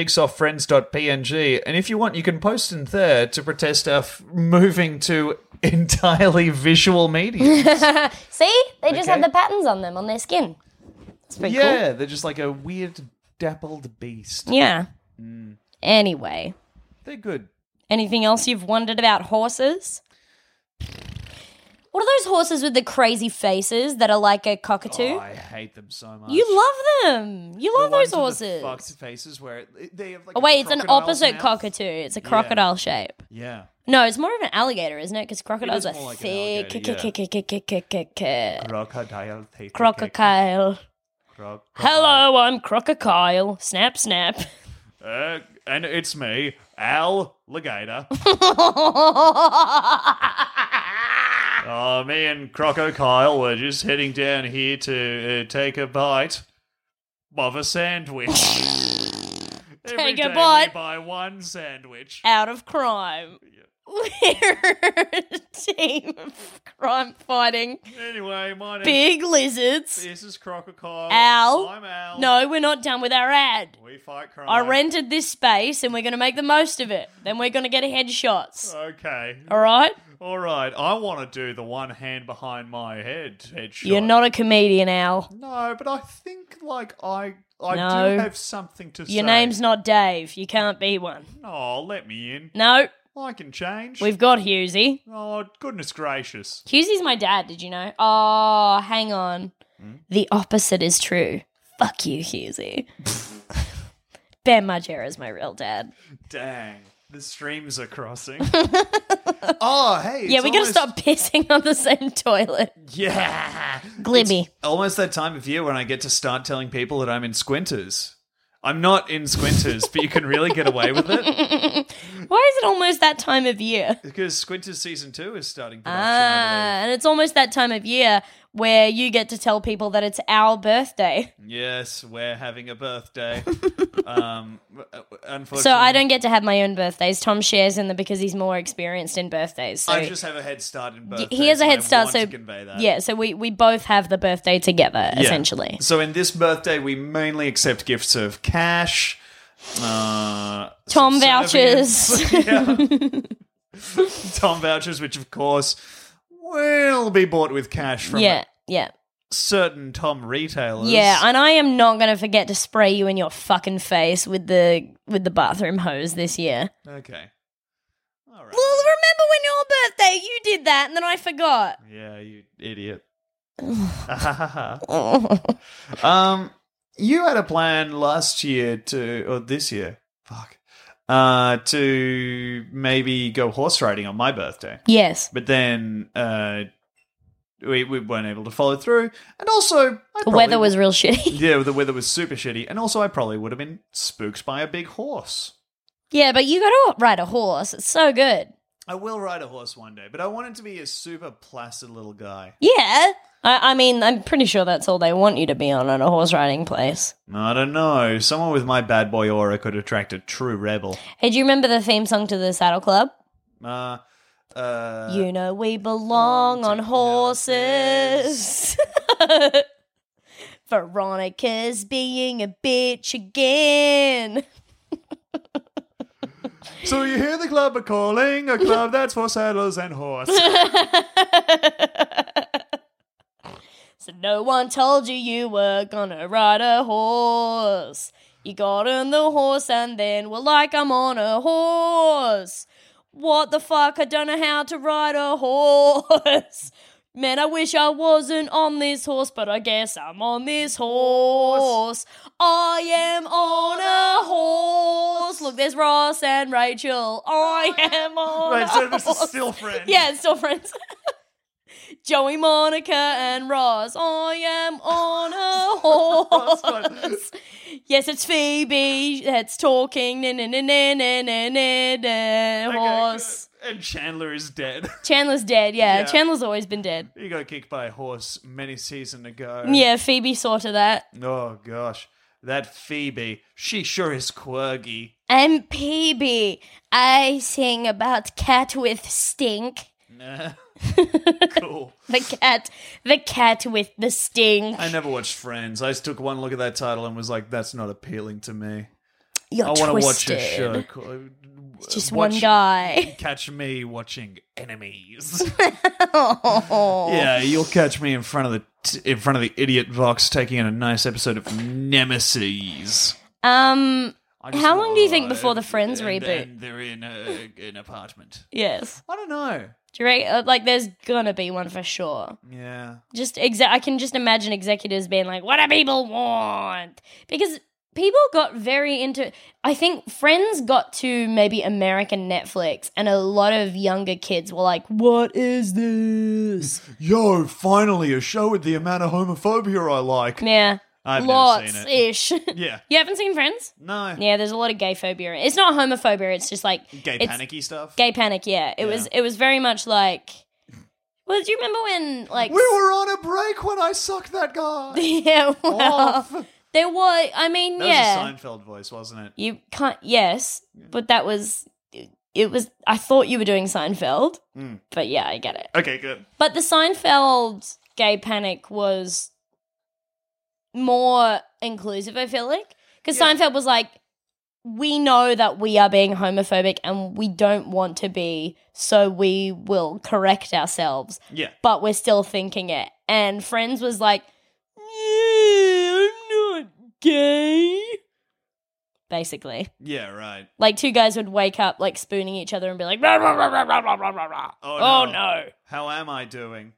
Speaker 6: bigsoftfriends.png, and if you want, you can post in there to protest our f- moving to entirely visual media.
Speaker 5: See, they just
Speaker 6: Okay.
Speaker 5: have the patterns on them on their skin. That's pretty cool.
Speaker 6: yeah, they're just like a weird dappled beast.
Speaker 5: Yeah.
Speaker 6: Mm.
Speaker 5: Anyway,
Speaker 6: They're good.
Speaker 5: anything else you've wondered about horses? What are those horses with the crazy faces that are like a cockatoo?
Speaker 6: Oh, I hate them so much.
Speaker 5: you love them. You love
Speaker 6: The
Speaker 5: those
Speaker 6: ones with
Speaker 5: horses.
Speaker 6: The fucked faces where it, they have like.
Speaker 5: oh
Speaker 6: a
Speaker 5: wait, it's an
Speaker 6: crocodile's
Speaker 5: opposite
Speaker 6: mouth.
Speaker 5: cockatoo. It's a crocodile shape.
Speaker 6: Yeah.
Speaker 5: No, it's more of an alligator, isn't it? Because crocodiles
Speaker 6: is
Speaker 5: are
Speaker 6: more like an
Speaker 5: thick.
Speaker 6: alligator, yeah.
Speaker 5: k- k- k- k- k- k- k-
Speaker 6: Crocodile teeth.
Speaker 5: Crocodile.
Speaker 6: Croc-
Speaker 5: Hello, I'm crocodile. Snap, snap.
Speaker 6: Uh, and it's me, Al Legator. uh, me and Croco Kyle were just heading down here to uh, take a bite of a sandwich. Every
Speaker 5: Take a
Speaker 6: day we
Speaker 5: bite.
Speaker 6: buy one sandwich.
Speaker 5: out of crime. We're a team of crime fighting
Speaker 6: Anyway, my name's
Speaker 5: big lizards.
Speaker 6: This is Crocodile.
Speaker 5: Al.
Speaker 6: I'm Al.
Speaker 5: No, we're not done with our ad.
Speaker 6: We fight crime.
Speaker 5: I rented this space and we're going to make the most of it. Then we're going to get headshots.
Speaker 6: Okay.
Speaker 5: All right?
Speaker 6: All right. I want to do the one hand behind my head headshot.
Speaker 5: You're not a comedian, Al.
Speaker 6: No, but I think like I I do
Speaker 5: No.
Speaker 6: have something to say.
Speaker 5: Your name's not Dave. You can't be one.
Speaker 6: Oh, let me in.
Speaker 5: No,
Speaker 6: I can change.
Speaker 5: we've got Husey.
Speaker 6: Oh, goodness gracious.
Speaker 5: Husey's my dad, did you know? Oh, hang on. The opposite is true. Fuck you, Husey. ben Margera is my real dad.
Speaker 6: Dang. The streams are crossing. oh, hey.
Speaker 5: yeah,
Speaker 6: it's
Speaker 5: we gotta
Speaker 6: almost-
Speaker 5: stop pissing on the same toilet.
Speaker 6: Yeah.
Speaker 5: Glibby.
Speaker 6: almost that time of year when I get to start telling people that I'm in squinters. I'm not in squinters, but you can really get away with it
Speaker 5: Why is it almost that time of year?
Speaker 6: because Squinters season two is starting production.
Speaker 5: Ah, and it's almost that time of year where you get to tell people that it's our birthday.
Speaker 6: I believe. Yes, we're having a birthday. um, unfortunately,
Speaker 5: So I don't get to have my own birthdays. Tom shares in the because he's more experienced in birthdays. So
Speaker 6: I just have a head start in birthdays.
Speaker 5: he has a
Speaker 6: and I
Speaker 5: head start.
Speaker 6: want
Speaker 5: So
Speaker 6: to convey that.
Speaker 5: yeah, so we we both have the birthday together
Speaker 6: Yeah.
Speaker 5: essentially.
Speaker 6: So in this birthday, we mainly accept gifts of cash. Uh,
Speaker 5: Tom
Speaker 6: subservience.
Speaker 5: vouchers.
Speaker 6: Yeah. Tom vouchers, which of course will be bought with cash from
Speaker 5: yeah, yeah,
Speaker 6: certain Tom retailers.
Speaker 5: yeah. And I am not going to forget to spray you in your fucking face with the with the bathroom hose this year.
Speaker 6: okay. All right.
Speaker 5: Well, remember when your birthday you did that, and then I forgot.
Speaker 6: Yeah, you idiot. um, you had a plan last year to, or this year, fuck, uh, to maybe go horse riding on my birthday,
Speaker 5: Yes.
Speaker 6: but then uh, we we weren't able to follow through, and also I
Speaker 5: The
Speaker 6: probably-
Speaker 5: weather was real shitty.
Speaker 6: yeah, the weather was super shitty, and also I probably would have been spooked by a big horse.
Speaker 5: yeah, but you got to ride a horse. It's so good.
Speaker 6: I will ride a horse one day, but I wanted to be a super placid little guy.
Speaker 5: Yeah. I, I mean, I'm pretty sure that's all they want you to be on at a horse riding place.
Speaker 6: I don't know. Someone with my bad boy aura could attract a true rebel.
Speaker 5: Hey, do you remember the theme song to the Saddle Club?
Speaker 6: Uh, uh,
Speaker 5: you know we belong on horses. Veronica's being a bitch again.
Speaker 6: so you hear the club are calling a club that's for saddles and horse.
Speaker 5: So no one told you you were gonna ride a horse. You got on the horse and then were like, I'm on a horse. What the fuck? I don't know how to ride a horse. Man, I wish I wasn't on this horse, but I guess I'm on this horse. I am on a horse. Look, there's Ross and Rachel. I am on a
Speaker 6: right, so this is
Speaker 5: horse.
Speaker 6: still friends.
Speaker 5: Yeah, it's still friends. Joey, Monica, and Ross. I am on a
Speaker 6: That's
Speaker 5: horse.
Speaker 6: fine.
Speaker 5: yes, it's Phoebe that's talking. Na na na na na na na na
Speaker 6: Okay,
Speaker 5: horse.
Speaker 6: good. And Chandler is dead.
Speaker 5: Chandler's dead. Yeah.
Speaker 6: Yeah.
Speaker 5: Chandler's always been dead.
Speaker 6: he got kicked by a horse many seasons ago.
Speaker 5: Yeah, Phoebe saw to that.
Speaker 6: Oh gosh, that Phoebe, she sure is quirky.
Speaker 5: I'm Phoebe. I sing about cat with stink.
Speaker 6: Nah. cool.
Speaker 5: The cat, the cat with the stink.
Speaker 6: I never watched Friends. I just took one look at that title and was like, "That's not appealing to me."
Speaker 5: You're
Speaker 6: I want to watch a
Speaker 5: twisted.
Speaker 6: show. called-
Speaker 5: It's just one
Speaker 6: watch-
Speaker 5: guy.
Speaker 6: Catch me watching enemies. yeah, you'll catch me in front of the t- in front of the idiot box taking in a nice episode of Nemesis.
Speaker 5: Um.
Speaker 6: I just
Speaker 5: How long do you think
Speaker 6: lied,
Speaker 5: before the Friends
Speaker 6: and
Speaker 5: reboot?
Speaker 6: then they're in a, an apartment.
Speaker 5: Yes.
Speaker 6: I don't know.
Speaker 5: Do you reckon- uh, like there's gonna be one for sure.
Speaker 6: Yeah,
Speaker 5: Just exa- I can just imagine executives being like, "What do people want?" Because people got very into. I think Friends got to maybe American Netflix, and a lot of younger kids were like, "What is this?"
Speaker 6: yo, finally a show with the amount of homophobia I like.
Speaker 5: Yeah,
Speaker 6: I've never
Speaker 5: lots
Speaker 6: seen it.
Speaker 5: ish.
Speaker 6: Yeah,
Speaker 5: you haven't seen Friends?
Speaker 6: no,
Speaker 5: Yeah, there's a lot of gay phobia. It's not homophobia. It's just like
Speaker 6: gay
Speaker 5: it's-
Speaker 6: panicky stuff.
Speaker 5: Gay panic. Yeah, it was. It was very much like. Well, do you remember when like
Speaker 6: we were on a break when I sucked that guy.
Speaker 5: Yeah, well,
Speaker 6: off.
Speaker 5: there was. I mean,
Speaker 6: That
Speaker 5: yeah,
Speaker 6: was a Seinfeld voice, wasn't it?
Speaker 5: you can't. Yes, but that was. It was. I thought you were doing Seinfeld, but yeah, I get it.
Speaker 6: Hmm. Okay, good.
Speaker 5: But the Seinfeld gay panic was more inclusive. I feel like because
Speaker 6: Yeah.
Speaker 5: Seinfeld was like, we know that we are being homophobic and we don't want to be, so we will correct ourselves
Speaker 6: Yeah.
Speaker 5: but we're still thinking it. And Friends was like, yeah, I'm not gay. Basically.
Speaker 6: Yeah, right.
Speaker 5: Like two guys would wake up like spooning each other and be like, rah, rah, rah, rah, rah, rah, rah, rah, rah.
Speaker 6: Oh, no. How am I doing?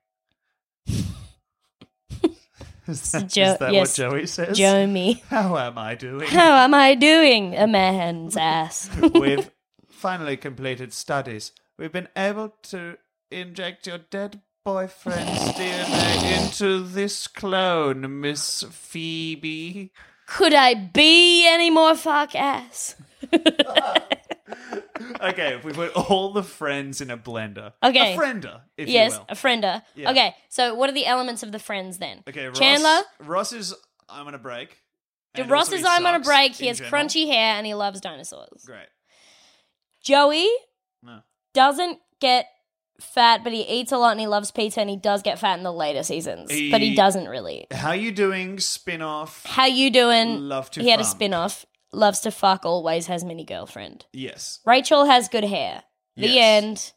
Speaker 6: is that, is
Speaker 5: Jo-
Speaker 6: that
Speaker 5: yes.
Speaker 6: what Joey says?
Speaker 5: Joe me.
Speaker 6: How am I doing?
Speaker 5: How am I doing? A man's ass.
Speaker 6: We've finally completed studies. We've been able to inject your dead boyfriend's DNA into this clone, Miss Phoebe.
Speaker 5: Could I be any more fuck ass?
Speaker 6: Okay, if we put all the friends in a blender.
Speaker 5: Okay.
Speaker 6: A friender, if
Speaker 5: yes,
Speaker 6: you will.
Speaker 5: a friender.
Speaker 6: Yeah.
Speaker 5: Okay, so what are the elements of the friends then?
Speaker 6: Okay, Ross,
Speaker 5: Chandler.
Speaker 6: Ross is I'm on a break. and
Speaker 5: Ross
Speaker 6: also
Speaker 5: is
Speaker 6: he
Speaker 5: I'm on a
Speaker 6: sucks
Speaker 5: break. He
Speaker 6: in
Speaker 5: has
Speaker 6: general.
Speaker 5: crunchy hair and he loves dinosaurs.
Speaker 6: Great.
Speaker 5: Joey
Speaker 6: No.
Speaker 5: doesn't get fat, but he eats a lot and he loves pizza and he does get fat in the later seasons. but he
Speaker 6: He-
Speaker 5: doesn't really.
Speaker 6: How you doing? Spin off.
Speaker 5: How you doing?
Speaker 6: Love to
Speaker 5: he had a
Speaker 6: farm.
Speaker 5: spin off. loves to fuck, always has many girlfriend.
Speaker 6: Yes.
Speaker 5: Rachel has good hair. The
Speaker 6: Yes.
Speaker 5: end.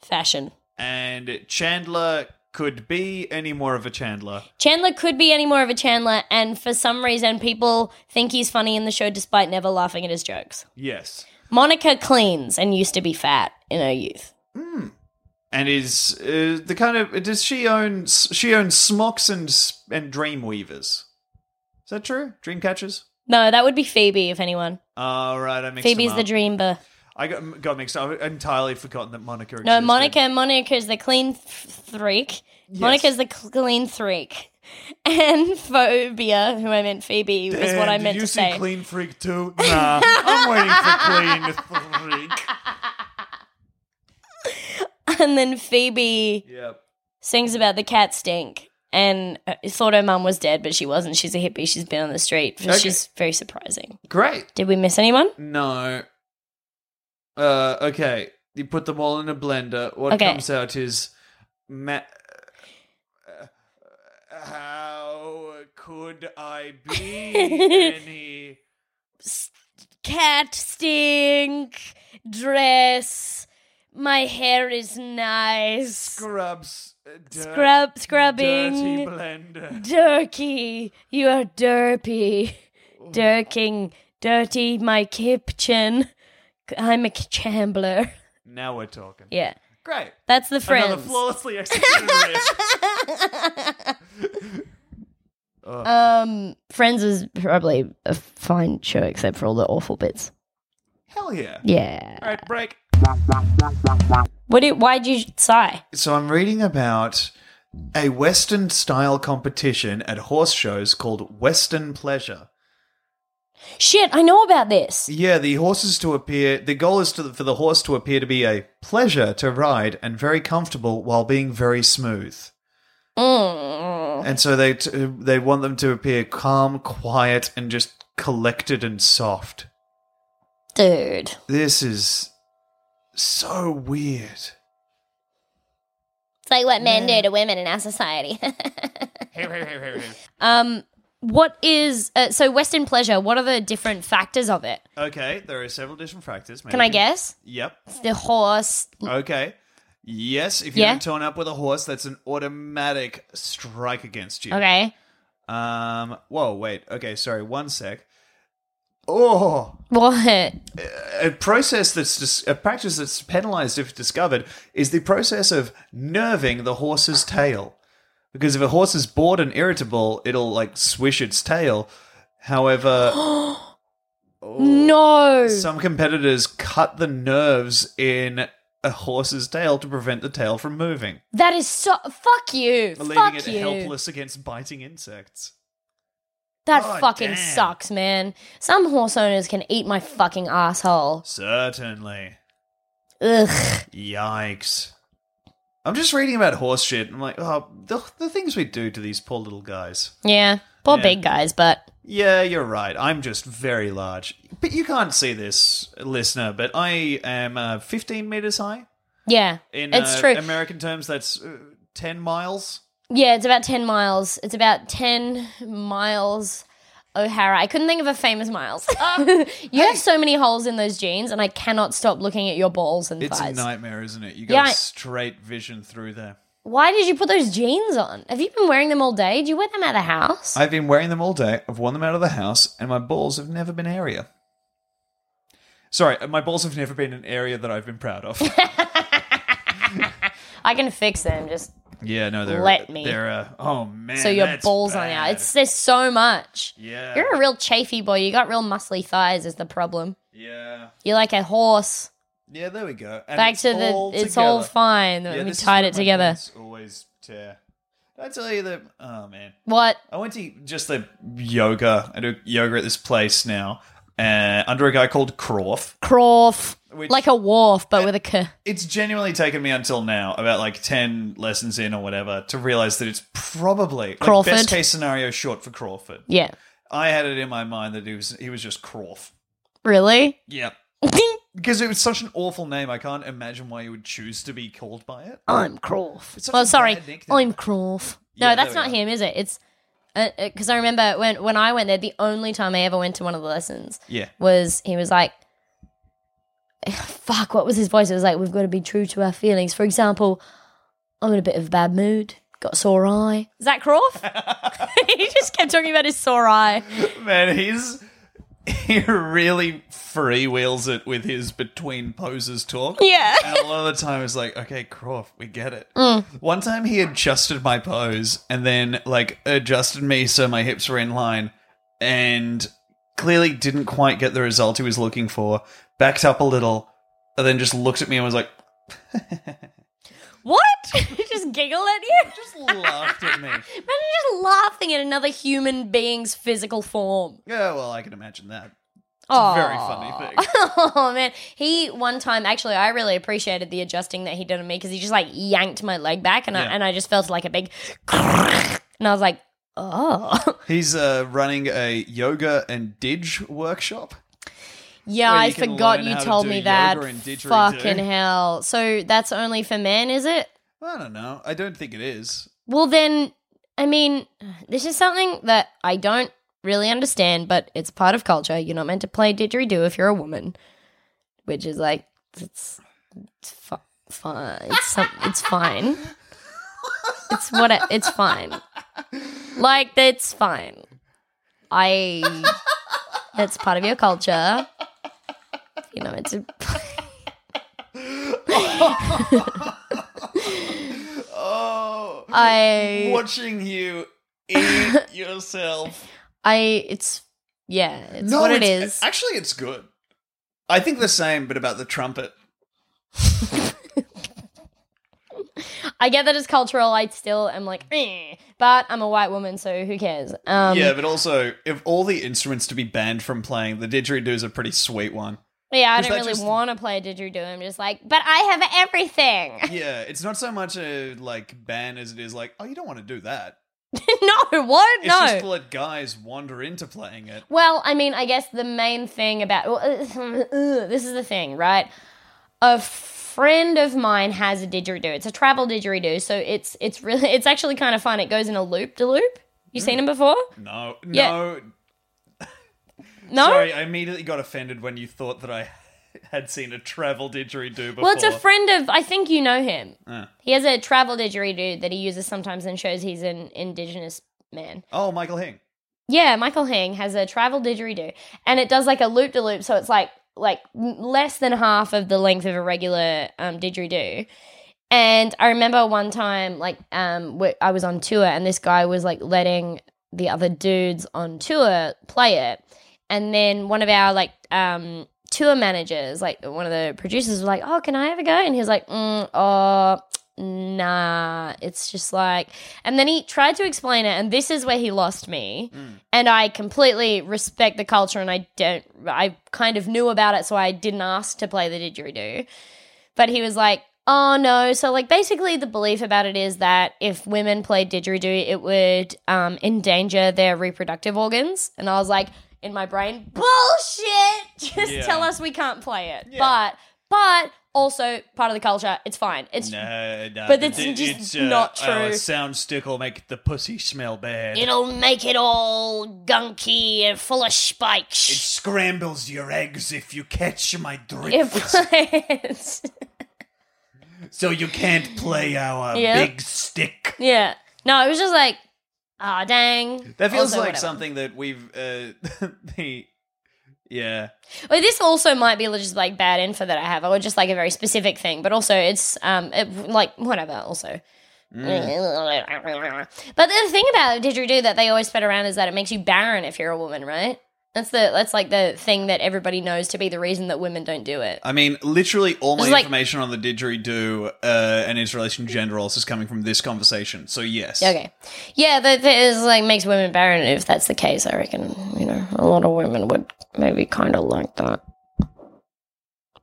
Speaker 5: Fashion.
Speaker 6: And Chandler could be any more of a Chandler.
Speaker 5: Chandler could be any more of a Chandler, and for some reason, people think he's funny in the show despite never laughing at his jokes.
Speaker 6: Yes.
Speaker 5: Monica cleans and used to be fat in her youth.
Speaker 6: And is uh, the kind of does she own she owns smocks and s- and dream weavers? Is that true? Dream catchers?
Speaker 5: No, that would be Phoebe, if anyone.
Speaker 6: All Ah, right, I mixed
Speaker 5: Phoebe's
Speaker 6: them
Speaker 5: the
Speaker 6: up.
Speaker 5: dreamer.
Speaker 6: I got got mixed. up. I've entirely forgotten that Monica.
Speaker 5: No,
Speaker 6: existed.
Speaker 5: Monica. Monica's the clean th- threak. Monica's the cl- clean threak. And Phobia, who I meant Phoebe, was what I
Speaker 6: Did
Speaker 5: meant
Speaker 6: you
Speaker 5: to
Speaker 6: see
Speaker 5: say.
Speaker 6: Clean Freak too? Nah, I'm waiting for Clean Freak.
Speaker 5: and then Phoebe
Speaker 6: Yep.
Speaker 5: sings about the cat stink and uh, thought her mum was dead, but she wasn't. She's a hippie. She's been on the street.
Speaker 6: Okay.
Speaker 5: She's very surprising.
Speaker 6: Great.
Speaker 5: Did we miss anyone?
Speaker 6: No. Uh, okay. You put them all in a blender. What
Speaker 5: Okay.
Speaker 6: comes out is ma- uh, how could I be any?
Speaker 5: Cat stink, dress. My hair is nice.
Speaker 6: Scrubs. uh, dirt-
Speaker 5: Scrub, scrubbing.
Speaker 6: Dirty blender.
Speaker 5: Dirty, you are derpy. Dirking, dirty my kitchen. I'm a chambler.
Speaker 6: Now we're talking.
Speaker 5: Yeah,
Speaker 6: Great.
Speaker 5: that's the
Speaker 6: Another
Speaker 5: friends.
Speaker 6: flawlessly executed riff.
Speaker 5: Um, Friends is probably a fine show except for all the awful bits.
Speaker 6: Hell yeah.
Speaker 5: Yeah.
Speaker 6: All right, break.
Speaker 5: What? Did, why'd you sigh?
Speaker 6: So I'm reading about a Western style competition at horse shows called Western Pleasure.
Speaker 5: Shit, I know about this.
Speaker 6: Yeah, the horses to appear. The goal is to, for the horse to appear to be a pleasure to ride and very comfortable while being very smooth.
Speaker 5: Mm.
Speaker 6: And so they t- they want them to appear calm, quiet, and just collected and soft.
Speaker 5: Dude,
Speaker 6: This is so weird.
Speaker 5: it's like what men do to women in our society. um, what is uh, so Western pleasure? What are the different factors of it?
Speaker 6: Okay, there are several different factors.
Speaker 5: Can I guess?
Speaker 6: Yep.
Speaker 5: It's the horse.
Speaker 6: Okay. Yes, if you're
Speaker 5: Yeah.
Speaker 6: torn up with a horse, that's an automatic strike against you.
Speaker 5: Okay.
Speaker 6: Um. Whoa. Wait. Okay. Sorry. One sec. Oh,
Speaker 5: What?
Speaker 6: a process that's dis- a practice that's penalized if discovered is the process of nerving the horse's tail, because if a horse is bored and irritable, it'll like swish its tail. However, Oh.
Speaker 5: No.
Speaker 6: some competitors cut the nerves in a horse's tail to prevent the tail from moving,
Speaker 5: that is so. Fuck you.
Speaker 6: leaving
Speaker 5: Fuck
Speaker 6: it
Speaker 5: you.
Speaker 6: helpless against biting insects.
Speaker 5: That
Speaker 6: God
Speaker 5: fucking
Speaker 6: damn.
Speaker 5: sucks, man. Some horse owners can eat my fucking asshole.
Speaker 6: Certainly.
Speaker 5: Ugh.
Speaker 6: Yikes. I'm just reading about horse shit. and I'm like, oh, the, the things we do to these poor little guys.
Speaker 5: Yeah. Poor
Speaker 6: Yeah.
Speaker 5: big guys, but
Speaker 6: Yeah, you're right. I'm just very large. But you can't see this, listener, but I am uh, 15 meters high.
Speaker 5: yeah,
Speaker 6: In
Speaker 5: it's
Speaker 6: uh,
Speaker 5: true.
Speaker 6: American terms, that's uh, 10 miles.
Speaker 5: yeah, it's about ten miles. It's about ten miles. O'Hara. I couldn't think of a famous miles.
Speaker 6: Ah.
Speaker 5: you have so many holes in those jeans, and I cannot stop looking at your balls and
Speaker 6: It's
Speaker 5: thighs.
Speaker 6: a nightmare, isn't it? You
Speaker 5: Yeah,
Speaker 6: got
Speaker 5: I-
Speaker 6: a straight vision through there.
Speaker 5: Why did you put those jeans on? Have you been wearing them all day? Do you wear them at the house?
Speaker 6: I've been wearing them all day. I've worn them out of the house, and my balls have never been area. Sorry, my balls have never been an area that I've been proud of.
Speaker 5: I can fix them. Just
Speaker 6: Yeah, no, they're
Speaker 5: Let me.
Speaker 6: They're uh, oh man.
Speaker 5: so your
Speaker 6: that's
Speaker 5: balls
Speaker 6: bad.
Speaker 5: on out. It's there's so much.
Speaker 6: yeah,
Speaker 5: You're a real chafy boy. You got real muscly thighs is the problem.
Speaker 6: yeah,
Speaker 5: You're like a horse.
Speaker 6: yeah. There we go. And
Speaker 5: Back
Speaker 6: it's
Speaker 5: to the
Speaker 6: all
Speaker 5: it's
Speaker 6: together.
Speaker 5: all fine.
Speaker 6: Yeah,
Speaker 5: we
Speaker 6: this is
Speaker 5: tied
Speaker 6: where
Speaker 5: it
Speaker 6: my
Speaker 5: together.
Speaker 6: pants Always tear. Did I tell you that? Oh man,
Speaker 5: What?
Speaker 6: I went to just the yoga. I do yoga at this place now, uh, under a guy called Croft.
Speaker 5: Croft.
Speaker 6: Which-
Speaker 5: Like a wharf, but with a k.
Speaker 6: It's genuinely taken me until now, about like ten lessons in or whatever, to realize that it's probably like,
Speaker 5: Crawford.
Speaker 6: best case scenario short for Crawford.
Speaker 5: Yeah.
Speaker 6: I had it in my mind that he was he was just Croft.
Speaker 5: Really?
Speaker 6: Yeah. Because it was such an awful name, I can't imagine why you would choose to be called by it.
Speaker 5: I'm Croft.
Speaker 6: It's such
Speaker 5: Well,
Speaker 6: a
Speaker 5: sorry.
Speaker 6: bad nickname.
Speaker 5: I'm Croft. No,
Speaker 6: Yeah,
Speaker 5: that's
Speaker 6: there we
Speaker 5: not
Speaker 6: are.
Speaker 5: him, is it? It's because I remember when when I went there, the only time I ever went to one of the lessons
Speaker 6: Yeah.
Speaker 5: was he was like, "Fuck, what was his voice?" It was like, "We've got to be true to our feelings." For example, I'm in a bit of a bad mood. Got a sore eye. Zach Croft. he just kept talking about his sore eye.
Speaker 6: Man, he's he really freewheels it with his between poses talk.
Speaker 5: Yeah.
Speaker 6: And a lot of the time it's like, okay, Croft, we get it. One time he adjusted my pose and then like adjusted me so my hips were in line and clearly didn't quite get the result he was looking for, backed up a little, and then just looked at me and was like
Speaker 5: What? he just giggled at you.
Speaker 6: just laughed at me.
Speaker 5: Imagine just laughing at another human being's physical form.
Speaker 6: Yeah, well I can imagine that.
Speaker 5: Oh,
Speaker 6: Very funny thing.
Speaker 5: Oh man, he one time actually I really appreciated the adjusting that he did on me because he just like yanked my leg back and
Speaker 6: Yeah.
Speaker 5: I and I just felt like a big, and I was like, oh
Speaker 6: He's uh, running a yoga and didge workshop.
Speaker 5: yeah,
Speaker 6: Where
Speaker 5: I
Speaker 6: you can
Speaker 5: forgot
Speaker 6: learn
Speaker 5: you
Speaker 6: how to
Speaker 5: told
Speaker 6: do
Speaker 5: me
Speaker 6: yoga
Speaker 5: that.
Speaker 6: and didgeridoo.
Speaker 5: Fucking hell! So that's only for men, is it?
Speaker 6: I don't know. I don't think it is.
Speaker 5: Well then, I mean, this is something that I don't really understand, but it's part of culture. You're not meant to play didgeridoo if you're a woman, which is like it's it's fu- fine. It's some, it's fine. It's what I, it's fine. Like it's fine. I that's part of your culture. You know, it's a,
Speaker 6: Oh,
Speaker 5: I
Speaker 6: watching you eat yourself.
Speaker 5: I it's yeah, it's what it
Speaker 6: it's-
Speaker 5: is.
Speaker 6: Actually, it's good. I think the same, but about the trumpet.
Speaker 5: I get that it's cultural. I still am like, eh, but I'm a white woman, so who cares? Um,
Speaker 6: yeah,
Speaker 5: yeah,
Speaker 6: but also, if all the instruments to be banned from playing, the didgeridoo's a pretty sweet one.
Speaker 5: I
Speaker 6: is
Speaker 5: don't
Speaker 6: that
Speaker 5: really
Speaker 6: just-
Speaker 5: want to play a didgeridoo. I'm just like, but I have everything.
Speaker 6: Yeah, it's not so much a like ban as it is like, oh, you don't want to do that.
Speaker 5: no, what?
Speaker 6: It's
Speaker 5: no.
Speaker 6: just to let guys wander into playing it.
Speaker 5: Well, I mean, I guess the main thing about well, uh, this is the thing, right? A friend of mine has a didgeridoo. It's a travel didgeridoo, so it's it's really it's actually kind of fun. It goes in a loop de loop. You
Speaker 6: Mm.
Speaker 5: seen him before?
Speaker 6: No,
Speaker 5: Yeah.
Speaker 6: no,
Speaker 5: No.
Speaker 6: Sorry, I immediately got offended when you thought that I had seen a travel didgeridoo before.
Speaker 5: Well, it's a friend of. I think you know him.
Speaker 6: Uh.
Speaker 5: He has a travel didgeridoo that he uses sometimes and shows he's an indigenous man.
Speaker 6: oh, Michael Hing.
Speaker 5: Yeah, Michael Hing has a travel didgeridoo, and it does like a loop de loop, so it's like like n- less than half of the length of a regular um, didgeridoo. And I remember one time, like um, wh- I was on tour, and this guy was like letting the other dudes on tour play it, and then one of our like um tour managers, like one of the producers, was like, "Oh, can I have a go?" And he was like, mm, "Oh." Nah, it's just like, and then he tried to explain it, and this is where he lost me. And I completely respect the culture, and I don't, I kind of knew about it, so I didn't ask to play the didgeridoo. But he was like, oh no. So, like, basically, the belief about it is that if women played didgeridoo, it would um, endanger their reproductive organs. And I was like, in my brain, bullshit! Just
Speaker 6: Yeah.
Speaker 5: tell us we can't play it. But, but also part of the culture, it's fine. It's
Speaker 6: No, no,
Speaker 5: But it's just not true.
Speaker 6: uh, oh, a sound stick will make the pussy smell bad.
Speaker 5: It'll make it all gunky and full of spikes.
Speaker 6: it scrambles your eggs if you catch my drift,
Speaker 5: It plays.
Speaker 6: so you can't play our
Speaker 5: Yeah.
Speaker 6: big stick.
Speaker 5: yeah. No, it was just like, ah, dang.
Speaker 6: That feels
Speaker 5: Also,
Speaker 6: like
Speaker 5: whatever.
Speaker 6: something that we've uh, the yeah.
Speaker 5: Well, this also might be just like bad info that I have, or just like a very specific thing. But also, it's um, it, like whatever. Also.
Speaker 6: Mm.
Speaker 5: But the thing about didgeridoo that they always spread around is that it makes you barren if you're a woman, right? That's the that's like the thing that everybody knows to be the reason that women don't do it.
Speaker 6: I mean, literally all my
Speaker 5: It's like-
Speaker 6: information on the didgeridoo uh, and its relation to gender roles is coming from this conversation. So yes,
Speaker 5: Okay. Yeah, that, that is like makes women barren. If that's the case, I reckon you know a lot of women would maybe kind of like that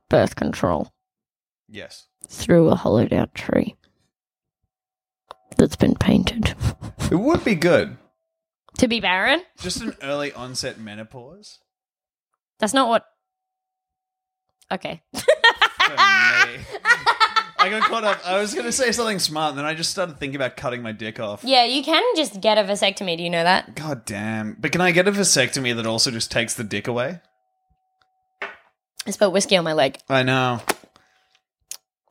Speaker 5: birth control
Speaker 6: yes.
Speaker 5: through a hollowed out tree that's been painted
Speaker 6: It would be good.
Speaker 5: to be barren.
Speaker 6: Just an early onset menopause.
Speaker 5: That's not what. Okay.
Speaker 6: For me. I I got caught up. I was going to say something smart, and then I just started thinking about cutting my dick off.
Speaker 5: Yeah, you can just get a vasectomy. Do you know that?
Speaker 6: God damn. But can I get a vasectomy that also just takes the dick away?
Speaker 5: I spilled whiskey on my leg.
Speaker 6: I know.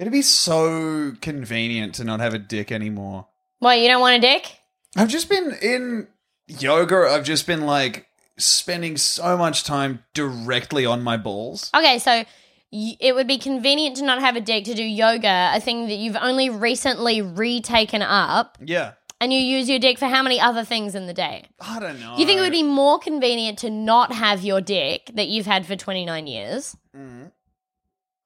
Speaker 6: It'd be so convenient to not have a dick anymore.
Speaker 5: Why, you don't want a dick?
Speaker 6: I've just been in yoga. I've just been like spending so much time directly on my balls.
Speaker 5: Okay, so y- it would be convenient to not have a dick to do yoga, a thing that you've only recently retaken up,
Speaker 6: Yeah.
Speaker 5: and you use your dick for how many other things in the day?
Speaker 6: I don't know.
Speaker 5: You think it would be more convenient to not have your dick that you've had for 29 years?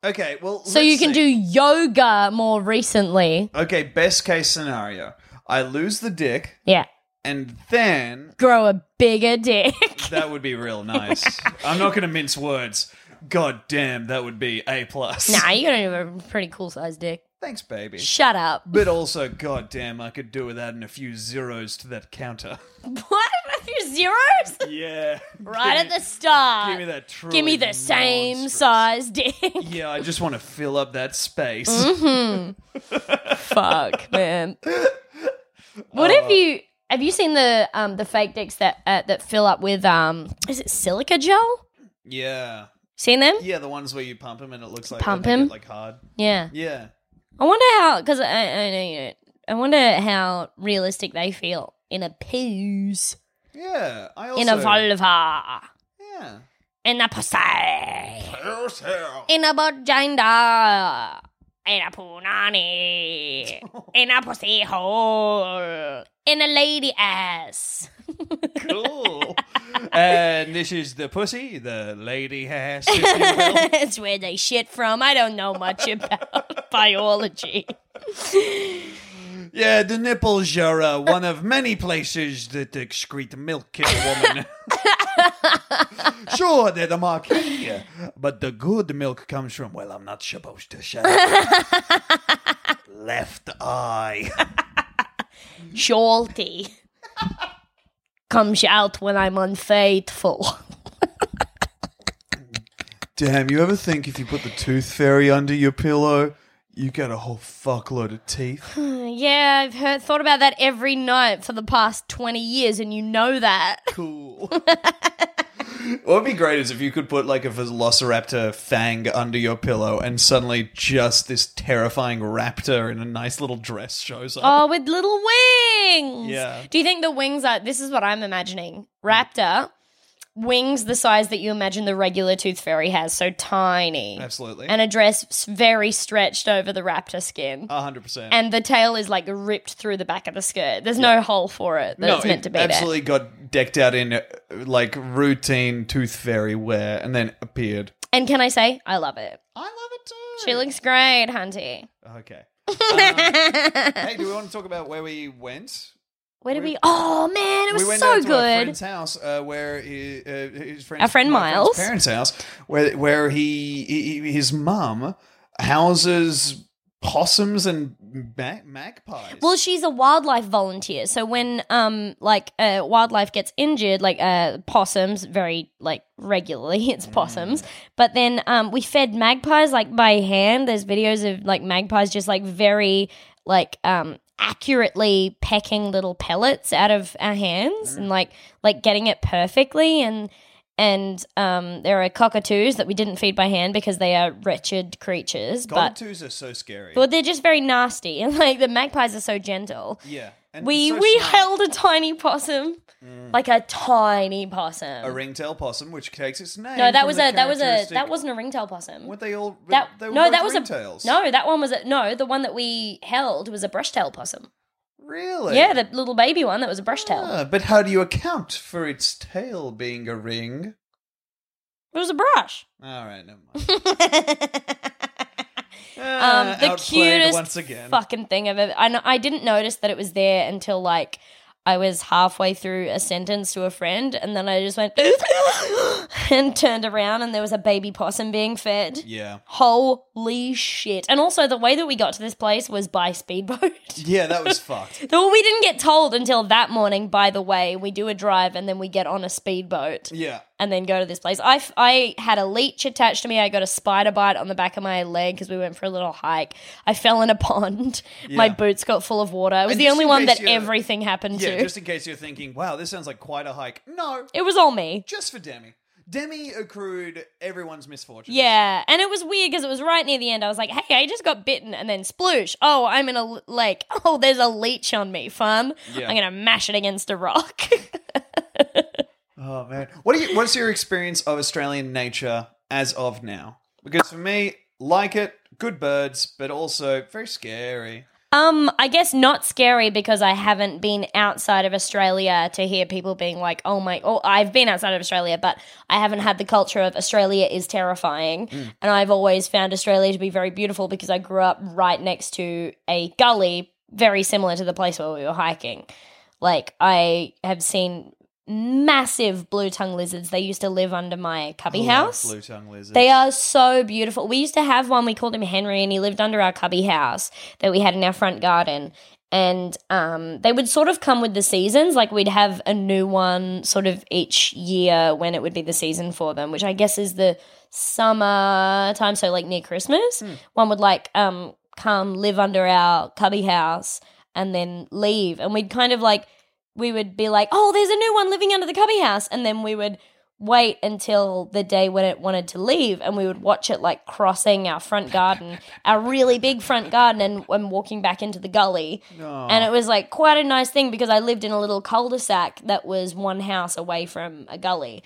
Speaker 6: Okay, well.
Speaker 5: So you can do yoga more recently.
Speaker 6: do. Okay, best case scenario. I lose the dick,
Speaker 5: Yeah.
Speaker 6: and then
Speaker 5: Grow a bigger dick.
Speaker 6: that would be real nice. I'm not going to mince words. God damn, that would be A plus.
Speaker 5: nah, you're gonna have a pretty cool sized dick.
Speaker 6: Thanks, baby.
Speaker 5: Shut up.
Speaker 6: But also, god damn, I could do without adding a few zeros to that counter.
Speaker 5: What? Your zeros?
Speaker 6: Yeah.
Speaker 5: Right
Speaker 6: Give
Speaker 5: at
Speaker 6: me-
Speaker 5: the start.
Speaker 6: Give me that truly
Speaker 5: Give me the same
Speaker 6: monstrous-
Speaker 5: size dick.
Speaker 6: Yeah, I just want to fill up that space.
Speaker 5: Mm-hmm. Fuck, man. What
Speaker 6: Oh.
Speaker 5: if you have you seen the um the fake dicks that uh, that fill up with um is it silica gel?
Speaker 6: Yeah.
Speaker 5: Seen them?
Speaker 6: Yeah, the ones where you pump him and it looks like
Speaker 5: Pump
Speaker 6: they get,
Speaker 5: him?
Speaker 6: like hard.
Speaker 5: Yeah.
Speaker 6: Yeah.
Speaker 5: I wonder how because I I, know you- I wonder how realistic they feel in a poos
Speaker 6: Yeah. I also
Speaker 5: in a vulva
Speaker 6: Yeah.
Speaker 5: in a pussy. in a vagina, in a punani, in a pussy hole, in a lady ass.
Speaker 6: Cool. and this is the pussy, the lady ass. if you will.
Speaker 5: That's where they shit from. I don't know much about biology.
Speaker 6: Yeah, the nipples are uh, one of many places that excrete milk in a woman. sure, they're the marquee, but the good milk comes from, well, I'm not supposed to say. Left eye.
Speaker 5: Shorty comes out when I'm unfaithful.
Speaker 6: Damn, you ever think if you put the tooth fairy under your pillow, you get a whole fuckload of teeth?
Speaker 5: yeah, I've heard, thought about that every night for the past 20 years, and you know that.
Speaker 6: Cool. what would be great is if you could put like a velociraptor fang under your pillow and suddenly just this terrifying raptor in a nice little dress shows up.
Speaker 5: Oh, with little wings.
Speaker 6: Yeah.
Speaker 5: Do you think the wings are? This is what I'm imagining. Raptor wings the size that you imagine the regular tooth fairy has, so tiny,
Speaker 6: Absolutely.
Speaker 5: and a dress s- very stretched over the raptor skin.
Speaker 6: 100%.
Speaker 5: and the tail is like ripped through the back of the skirt. There's no hole for it. That it's meant
Speaker 6: it
Speaker 5: to be
Speaker 6: absolutely got decked out in uh, like routine tooth fairy wear and then appeared.
Speaker 5: there. And can I say, I love it.
Speaker 6: I love it too.
Speaker 5: She looks great, hunty.
Speaker 6: Okay. Um, hey, do we want to talk about where we went?
Speaker 5: Where did
Speaker 6: we-
Speaker 5: we? Oh man, it was
Speaker 6: we went
Speaker 5: so
Speaker 6: down to our
Speaker 5: good.
Speaker 6: friend's house, uh, where he, uh, his friend,
Speaker 5: Our friend
Speaker 6: my friend's
Speaker 5: Miles.
Speaker 6: parents' house, where where he, he- his mum houses possums and ma- magpies.
Speaker 5: Well, she's a wildlife volunteer. So when um like uh, wildlife gets injured, like uh possums very like regularly, it's possums. But then um we fed magpies like by hand. There's videos of like magpies just like very like um accurately pecking little pellets out of our hands and like like getting it perfectly and and um, there are cockatoos that we didn't feed by hand because they are wretched creatures. but
Speaker 6: cockatoos are so scary.
Speaker 5: well, they're just very nasty, and like the magpies are so gentle.
Speaker 6: yeah, and
Speaker 5: We
Speaker 6: so
Speaker 5: we
Speaker 6: smart. Mm.
Speaker 5: held a tiny possum, like a tiny possum.
Speaker 6: a ringtail possum, which takes its name.
Speaker 5: no, that
Speaker 6: from
Speaker 5: was
Speaker 6: the
Speaker 5: a that was a
Speaker 6: characteristic-
Speaker 5: that wasn't a ringtail possum.
Speaker 6: Weren't they all?
Speaker 5: that
Speaker 6: they were
Speaker 5: no,
Speaker 6: both
Speaker 5: that was
Speaker 6: ringtails.
Speaker 5: a no, that one was a no. The one that we held was a brushtail possum.
Speaker 6: Really?
Speaker 5: Yeah, the little baby one that was a brushtail.
Speaker 6: Ah, but how do you account for its tail being a ring?
Speaker 5: It was a brush.
Speaker 6: All right, never mind.
Speaker 5: um,
Speaker 6: Ah,
Speaker 5: the
Speaker 6: outplayed
Speaker 5: cutest
Speaker 6: once again.
Speaker 5: fucking thing I've ever. I, kn- I didn't notice that it was there until like I was halfway through a sentence to a friend, and then I just went and turned around, and there was a baby possum being fed.
Speaker 6: Yeah.
Speaker 5: Holy shit! And also, the way that we got to this place was by speedboat.
Speaker 6: Yeah, that was fucked.
Speaker 5: Though we didn't get told until that morning. By the way, we do a drive, and then we get on a speedboat.
Speaker 6: Yeah.
Speaker 5: and then go to this place. I, f- I had a leech attached to me. I got a spider bite on the back of my leg because we went for a little hike. I fell in a pond. My boots got full of water. It was
Speaker 6: And
Speaker 5: the
Speaker 6: just
Speaker 5: only
Speaker 6: in
Speaker 5: one
Speaker 6: case
Speaker 5: that
Speaker 6: you're-
Speaker 5: everything happened
Speaker 6: Yeah,
Speaker 5: to.
Speaker 6: just in case you're thinking, wow, this sounds like quite a hike. No,
Speaker 5: it was all me.
Speaker 6: just for Demi. Demi accrued everyone's misfortune.
Speaker 5: Yeah, and it was weird because it was right near the end. I was like, "Hey, I just got bitten," and then sploosh! Oh, I'm in a l- lake. Oh, there's a leech on me, fun.
Speaker 6: Yeah.
Speaker 5: I'm gonna mash it against a rock.
Speaker 6: Oh man, what do you, what's your experience of Australian nature as of now? Because for me, like it, good birds, but also very scary.
Speaker 5: um, I guess not scary because I haven't been outside of Australia to hear people being like, "Oh my!" Oh, I've been outside of Australia, but I haven't had the culture of Australia is terrifying. And I've always found Australia to be very beautiful because I grew up right next to a gully, very similar to the place where we were hiking. Like I have seen massive blue tongue lizards. They used to live under my cubby house.
Speaker 6: Blue tongue lizard.
Speaker 5: They are so beautiful. We used to have one. We called him Henry, and he lived under our cubby house that we had in our front garden. And um, they would sort of come with the seasons. Like we'd have a new one sort of each year when it would be the season for them, which I guess is the summer time. So like near Christmas, one would like um, come live under our cubby house and then leave. And we'd kind of like we would be like, oh, there's a new one living under the cubby house, and then we would wait until the day when it wanted to leave and we would watch it like crossing our front garden our really big front garden and, and walking back into the gully and it was like quite a nice thing because i lived in a little cul-de-sac that was one house away from a gully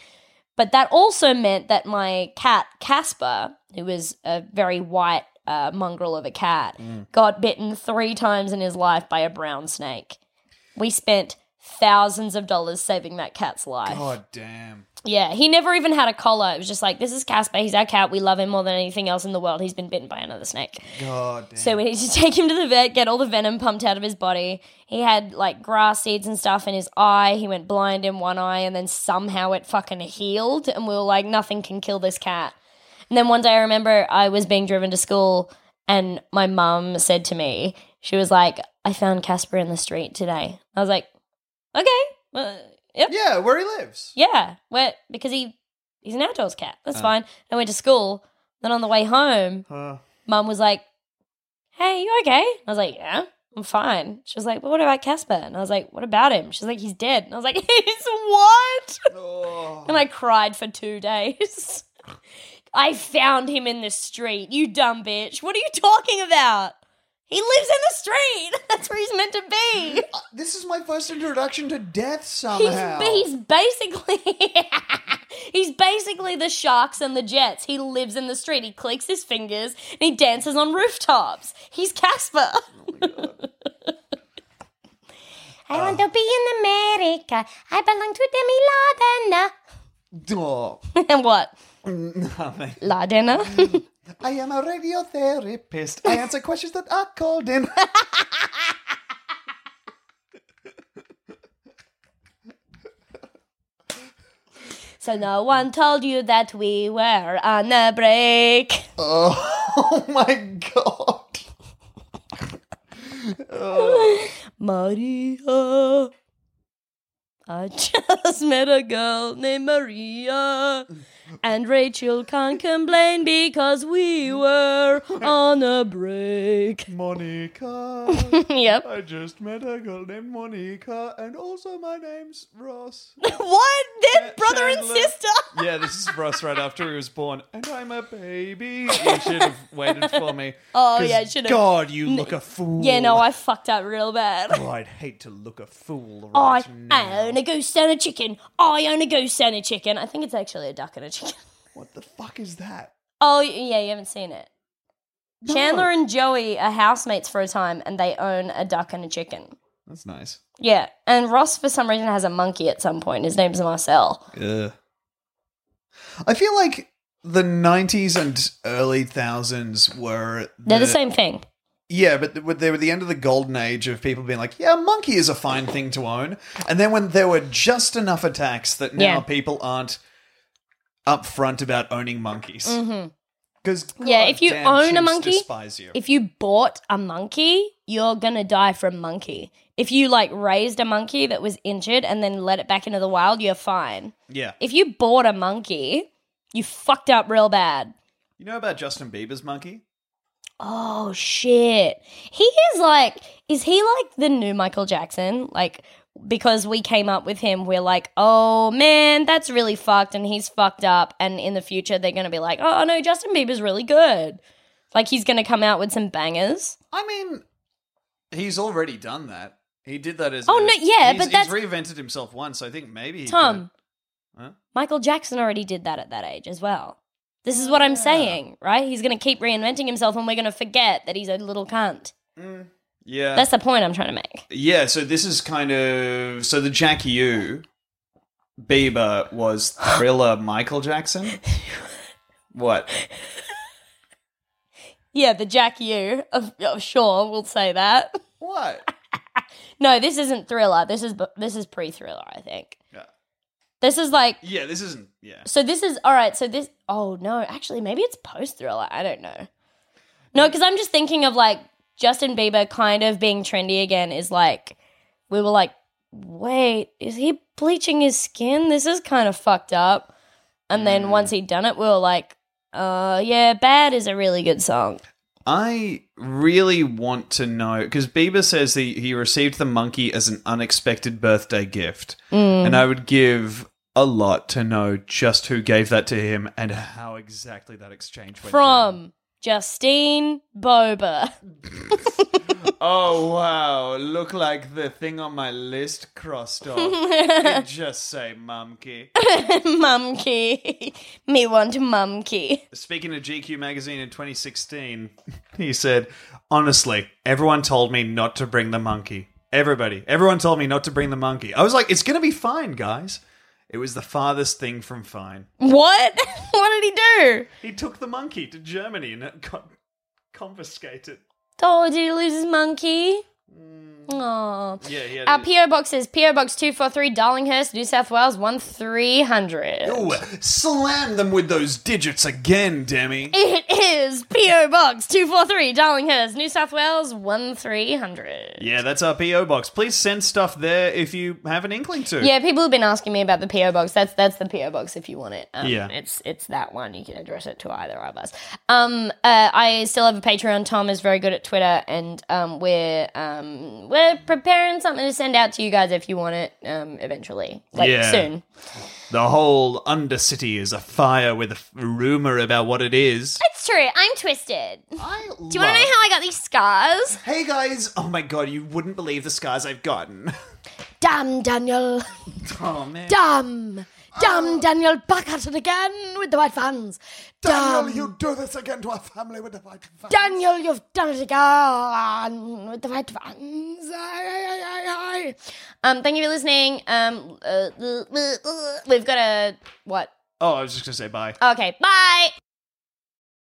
Speaker 5: but that also meant that my cat casper who was a very white uh, mongrel of a cat got bitten three times in his life by a brown snake we spent thousands of dollars saving that cat's life
Speaker 6: God damn.
Speaker 5: yeah, he never even had a collar. It was just like, this is Casper. He's our cat. We love him more than anything else in the world. He's been bitten by another snake.
Speaker 6: God damn.
Speaker 5: So we need to take him to the vet, get all the venom pumped out of his body. He had like grass seeds and stuff in his eye. He went blind in one eye, and then somehow it fucking healed. And we were like, nothing can kill this cat. And then one day I remember I was being driven to school, and my mum said to me, she was like, I found Casper in the street today. I was like, okay. well, yep.
Speaker 6: yeah, where he lives.
Speaker 5: Yeah, where because he he's an outdoors cat. That's fine. I went to school. Then on the way home,
Speaker 6: Uh,
Speaker 5: mum was like, "Hey, you okay?" I was like, "Yeah, I'm fine." She was like, "Well, what about Casper?" And I was like, "What about him?" She's like, "He's dead." And I was like, "He's what?"
Speaker 6: oh.
Speaker 5: And I cried for two days. I found him in the street. You dumb bitch. What are you talking about? He lives in the street. That's where he's meant to be.
Speaker 6: This is my first introduction to death
Speaker 5: He's,
Speaker 6: somehow.
Speaker 5: he's basically he's basically the sharks and the jets. He lives in the street. He clicks his fingers and he dances on rooftops. He's Casper. I want to be in America. I belong to Demi
Speaker 6: Oh.
Speaker 5: Lardena. and what?
Speaker 6: Nothing.
Speaker 5: Lardena?
Speaker 6: I am a radiotherapist. I answer questions that are called in.
Speaker 5: so no one told you that we were on a break.
Speaker 6: oh my god.
Speaker 5: Maria. I just met a girl named Maria. And Rachel can't complain because we were on a break.
Speaker 6: Monica.
Speaker 5: yep.
Speaker 6: I just met a girl named Monica, and also my name's Ross.
Speaker 5: what? Then brother and
Speaker 6: Chandler.
Speaker 5: sister.
Speaker 6: yeah, this is Ross right after he was born, and I'm a baby. You should have waited for me.
Speaker 5: Oh
Speaker 6: 'Cause
Speaker 5: yeah, should have.
Speaker 6: God, you look a fool.
Speaker 5: Yeah, no, I fucked up real bad.
Speaker 6: Oh, I'd hate to look a fool
Speaker 5: I
Speaker 6: right now.
Speaker 5: own a goose and a chicken. I own a goose and a chicken. I think it's actually a duck and a chicken.
Speaker 6: What the fuck is that?
Speaker 5: Oh yeah, you haven't seen it. Chandler and Joey are housemates for a time, and they own a duck and a chicken.
Speaker 6: That's nice.
Speaker 5: Yeah, and Ross for some reason has a monkey at some point. His name's Marcel.
Speaker 6: Ugh. I feel like the 90s and early thousands were
Speaker 5: They're the same thing.
Speaker 6: Yeah, but th- they were the end of the golden age of people being like, yeah, a monkey is a fine thing to own. And then when there were just enough attacks that now
Speaker 5: Yeah.
Speaker 6: people aren't upfront about owning monkeys. Because
Speaker 5: Mm-hmm. Yeah, if you own a monkey,
Speaker 6: despise you.
Speaker 5: If you bought a monkey, you're gonna die from monkey. If you like raised a monkey that was injured and then let it back into the wild, you're fine.
Speaker 6: Yeah.
Speaker 5: If you bought a monkey, you fucked up real bad.
Speaker 6: You know about Justin Bieber's monkey?
Speaker 5: Oh shit. He is like is he like the new Michael Jackson? Like because we came up with him, we're like, oh man, that's really fucked and he's fucked up and in the future they're gonna be like, oh no, Justin Bieber's really good. Like he's gonna come out with some bangers.
Speaker 6: I mean, he's already done that. He did that as
Speaker 5: Oh,
Speaker 6: a-
Speaker 5: no, yeah,
Speaker 6: he's,
Speaker 5: but that's-
Speaker 6: he's reinvented himself once. I think maybe he
Speaker 5: Tom.
Speaker 6: Huh?
Speaker 5: Michael Jackson already did that at that age as well. This is what I'm saying, right? He's gonna keep reinventing himself and we're gonna forget that he's a little cunt.
Speaker 6: could- yeah,
Speaker 5: That's the point I'm trying to make.
Speaker 6: yeah. So this is kind of so the Jack U Bieber was thriller Michael Jackson. What?
Speaker 5: Yeah, the Jack U of, of sure, we'll say that.
Speaker 6: What?
Speaker 5: No, this isn't thriller. This is bu- this is pre thriller. I think
Speaker 6: Yeah.
Speaker 5: this is like
Speaker 6: Yeah, this isn't. Yeah,
Speaker 5: so. This is all right. So this. Oh no, actually, maybe it's post thriller. I don't know. No, because I'm just thinking of like Justin Bieber kind of being trendy again. Is like we were like, wait, is he bleaching his skin? This is kind of fucked up. And then once he'd done it, we were like, uh, yeah, bad is a really good song.
Speaker 6: I really want to know because Bieber says he he received the monkey as an unexpected birthday gift, and I would give a lot to know just who gave that to him and how exactly that exchange went down.
Speaker 5: From Justine Boba.
Speaker 6: Oh wow! Look like the thing on my list crossed off. Did just say monkey.
Speaker 5: monkey. Me want monkey.
Speaker 6: Speaking to GQ magazine in 2016, he said, "Honestly, everyone told me not to bring the monkey. Everybody, everyone told me not to bring the monkey. I was like, it's gonna be fine, guys. It was the farthest thing from fine.
Speaker 5: What? what did he do?
Speaker 6: He took the monkey to Germany and it got confiscated.
Speaker 5: Oh, did he lose his monkey? Oh.
Speaker 6: Yeah, yeah.
Speaker 5: Our PO box is PO Box 243 Darlinghurst, New South Wales 13000.
Speaker 6: slam them with those digits again, Demi.
Speaker 5: It is PO Box 243 Darlinghurst, New South Wales 13000.
Speaker 6: Yeah, that's our PO box. Please send stuff there if you have an inkling to.
Speaker 5: Yeah, people have been asking me about the PO box. That's that's the PO box if you want it. Um,
Speaker 6: Yeah.
Speaker 5: it's it's that one. You can address it to either of us. Um, uh, I still have a Patreon. Tom is very good at Twitter, and um, we're um, we're preparing something to send out to you guys if you want it. Um, eventually, like
Speaker 6: Yeah.
Speaker 5: soon.
Speaker 6: The whole Undercity is afire with a rumor about what it is.
Speaker 5: It's true. I'm twisted.
Speaker 6: I
Speaker 5: Do you want to know how I got these scars?
Speaker 6: Hey guys! Oh my god, you wouldn't believe the scars I've gotten.
Speaker 5: Damn, Daniel.
Speaker 6: Oh man.
Speaker 5: Damn. Damn, Daniel. Back at it again with the white fans.
Speaker 4: Daniel, you do this again to our family with the white fans.
Speaker 5: Daniel, you've done it again with the white vans. Aye, aye, aye, aye. Um, thank you for listening. Um, uh, uh, uh, uh, we've got a what?
Speaker 6: Oh, I was just gonna say bye.
Speaker 5: Okay, bye.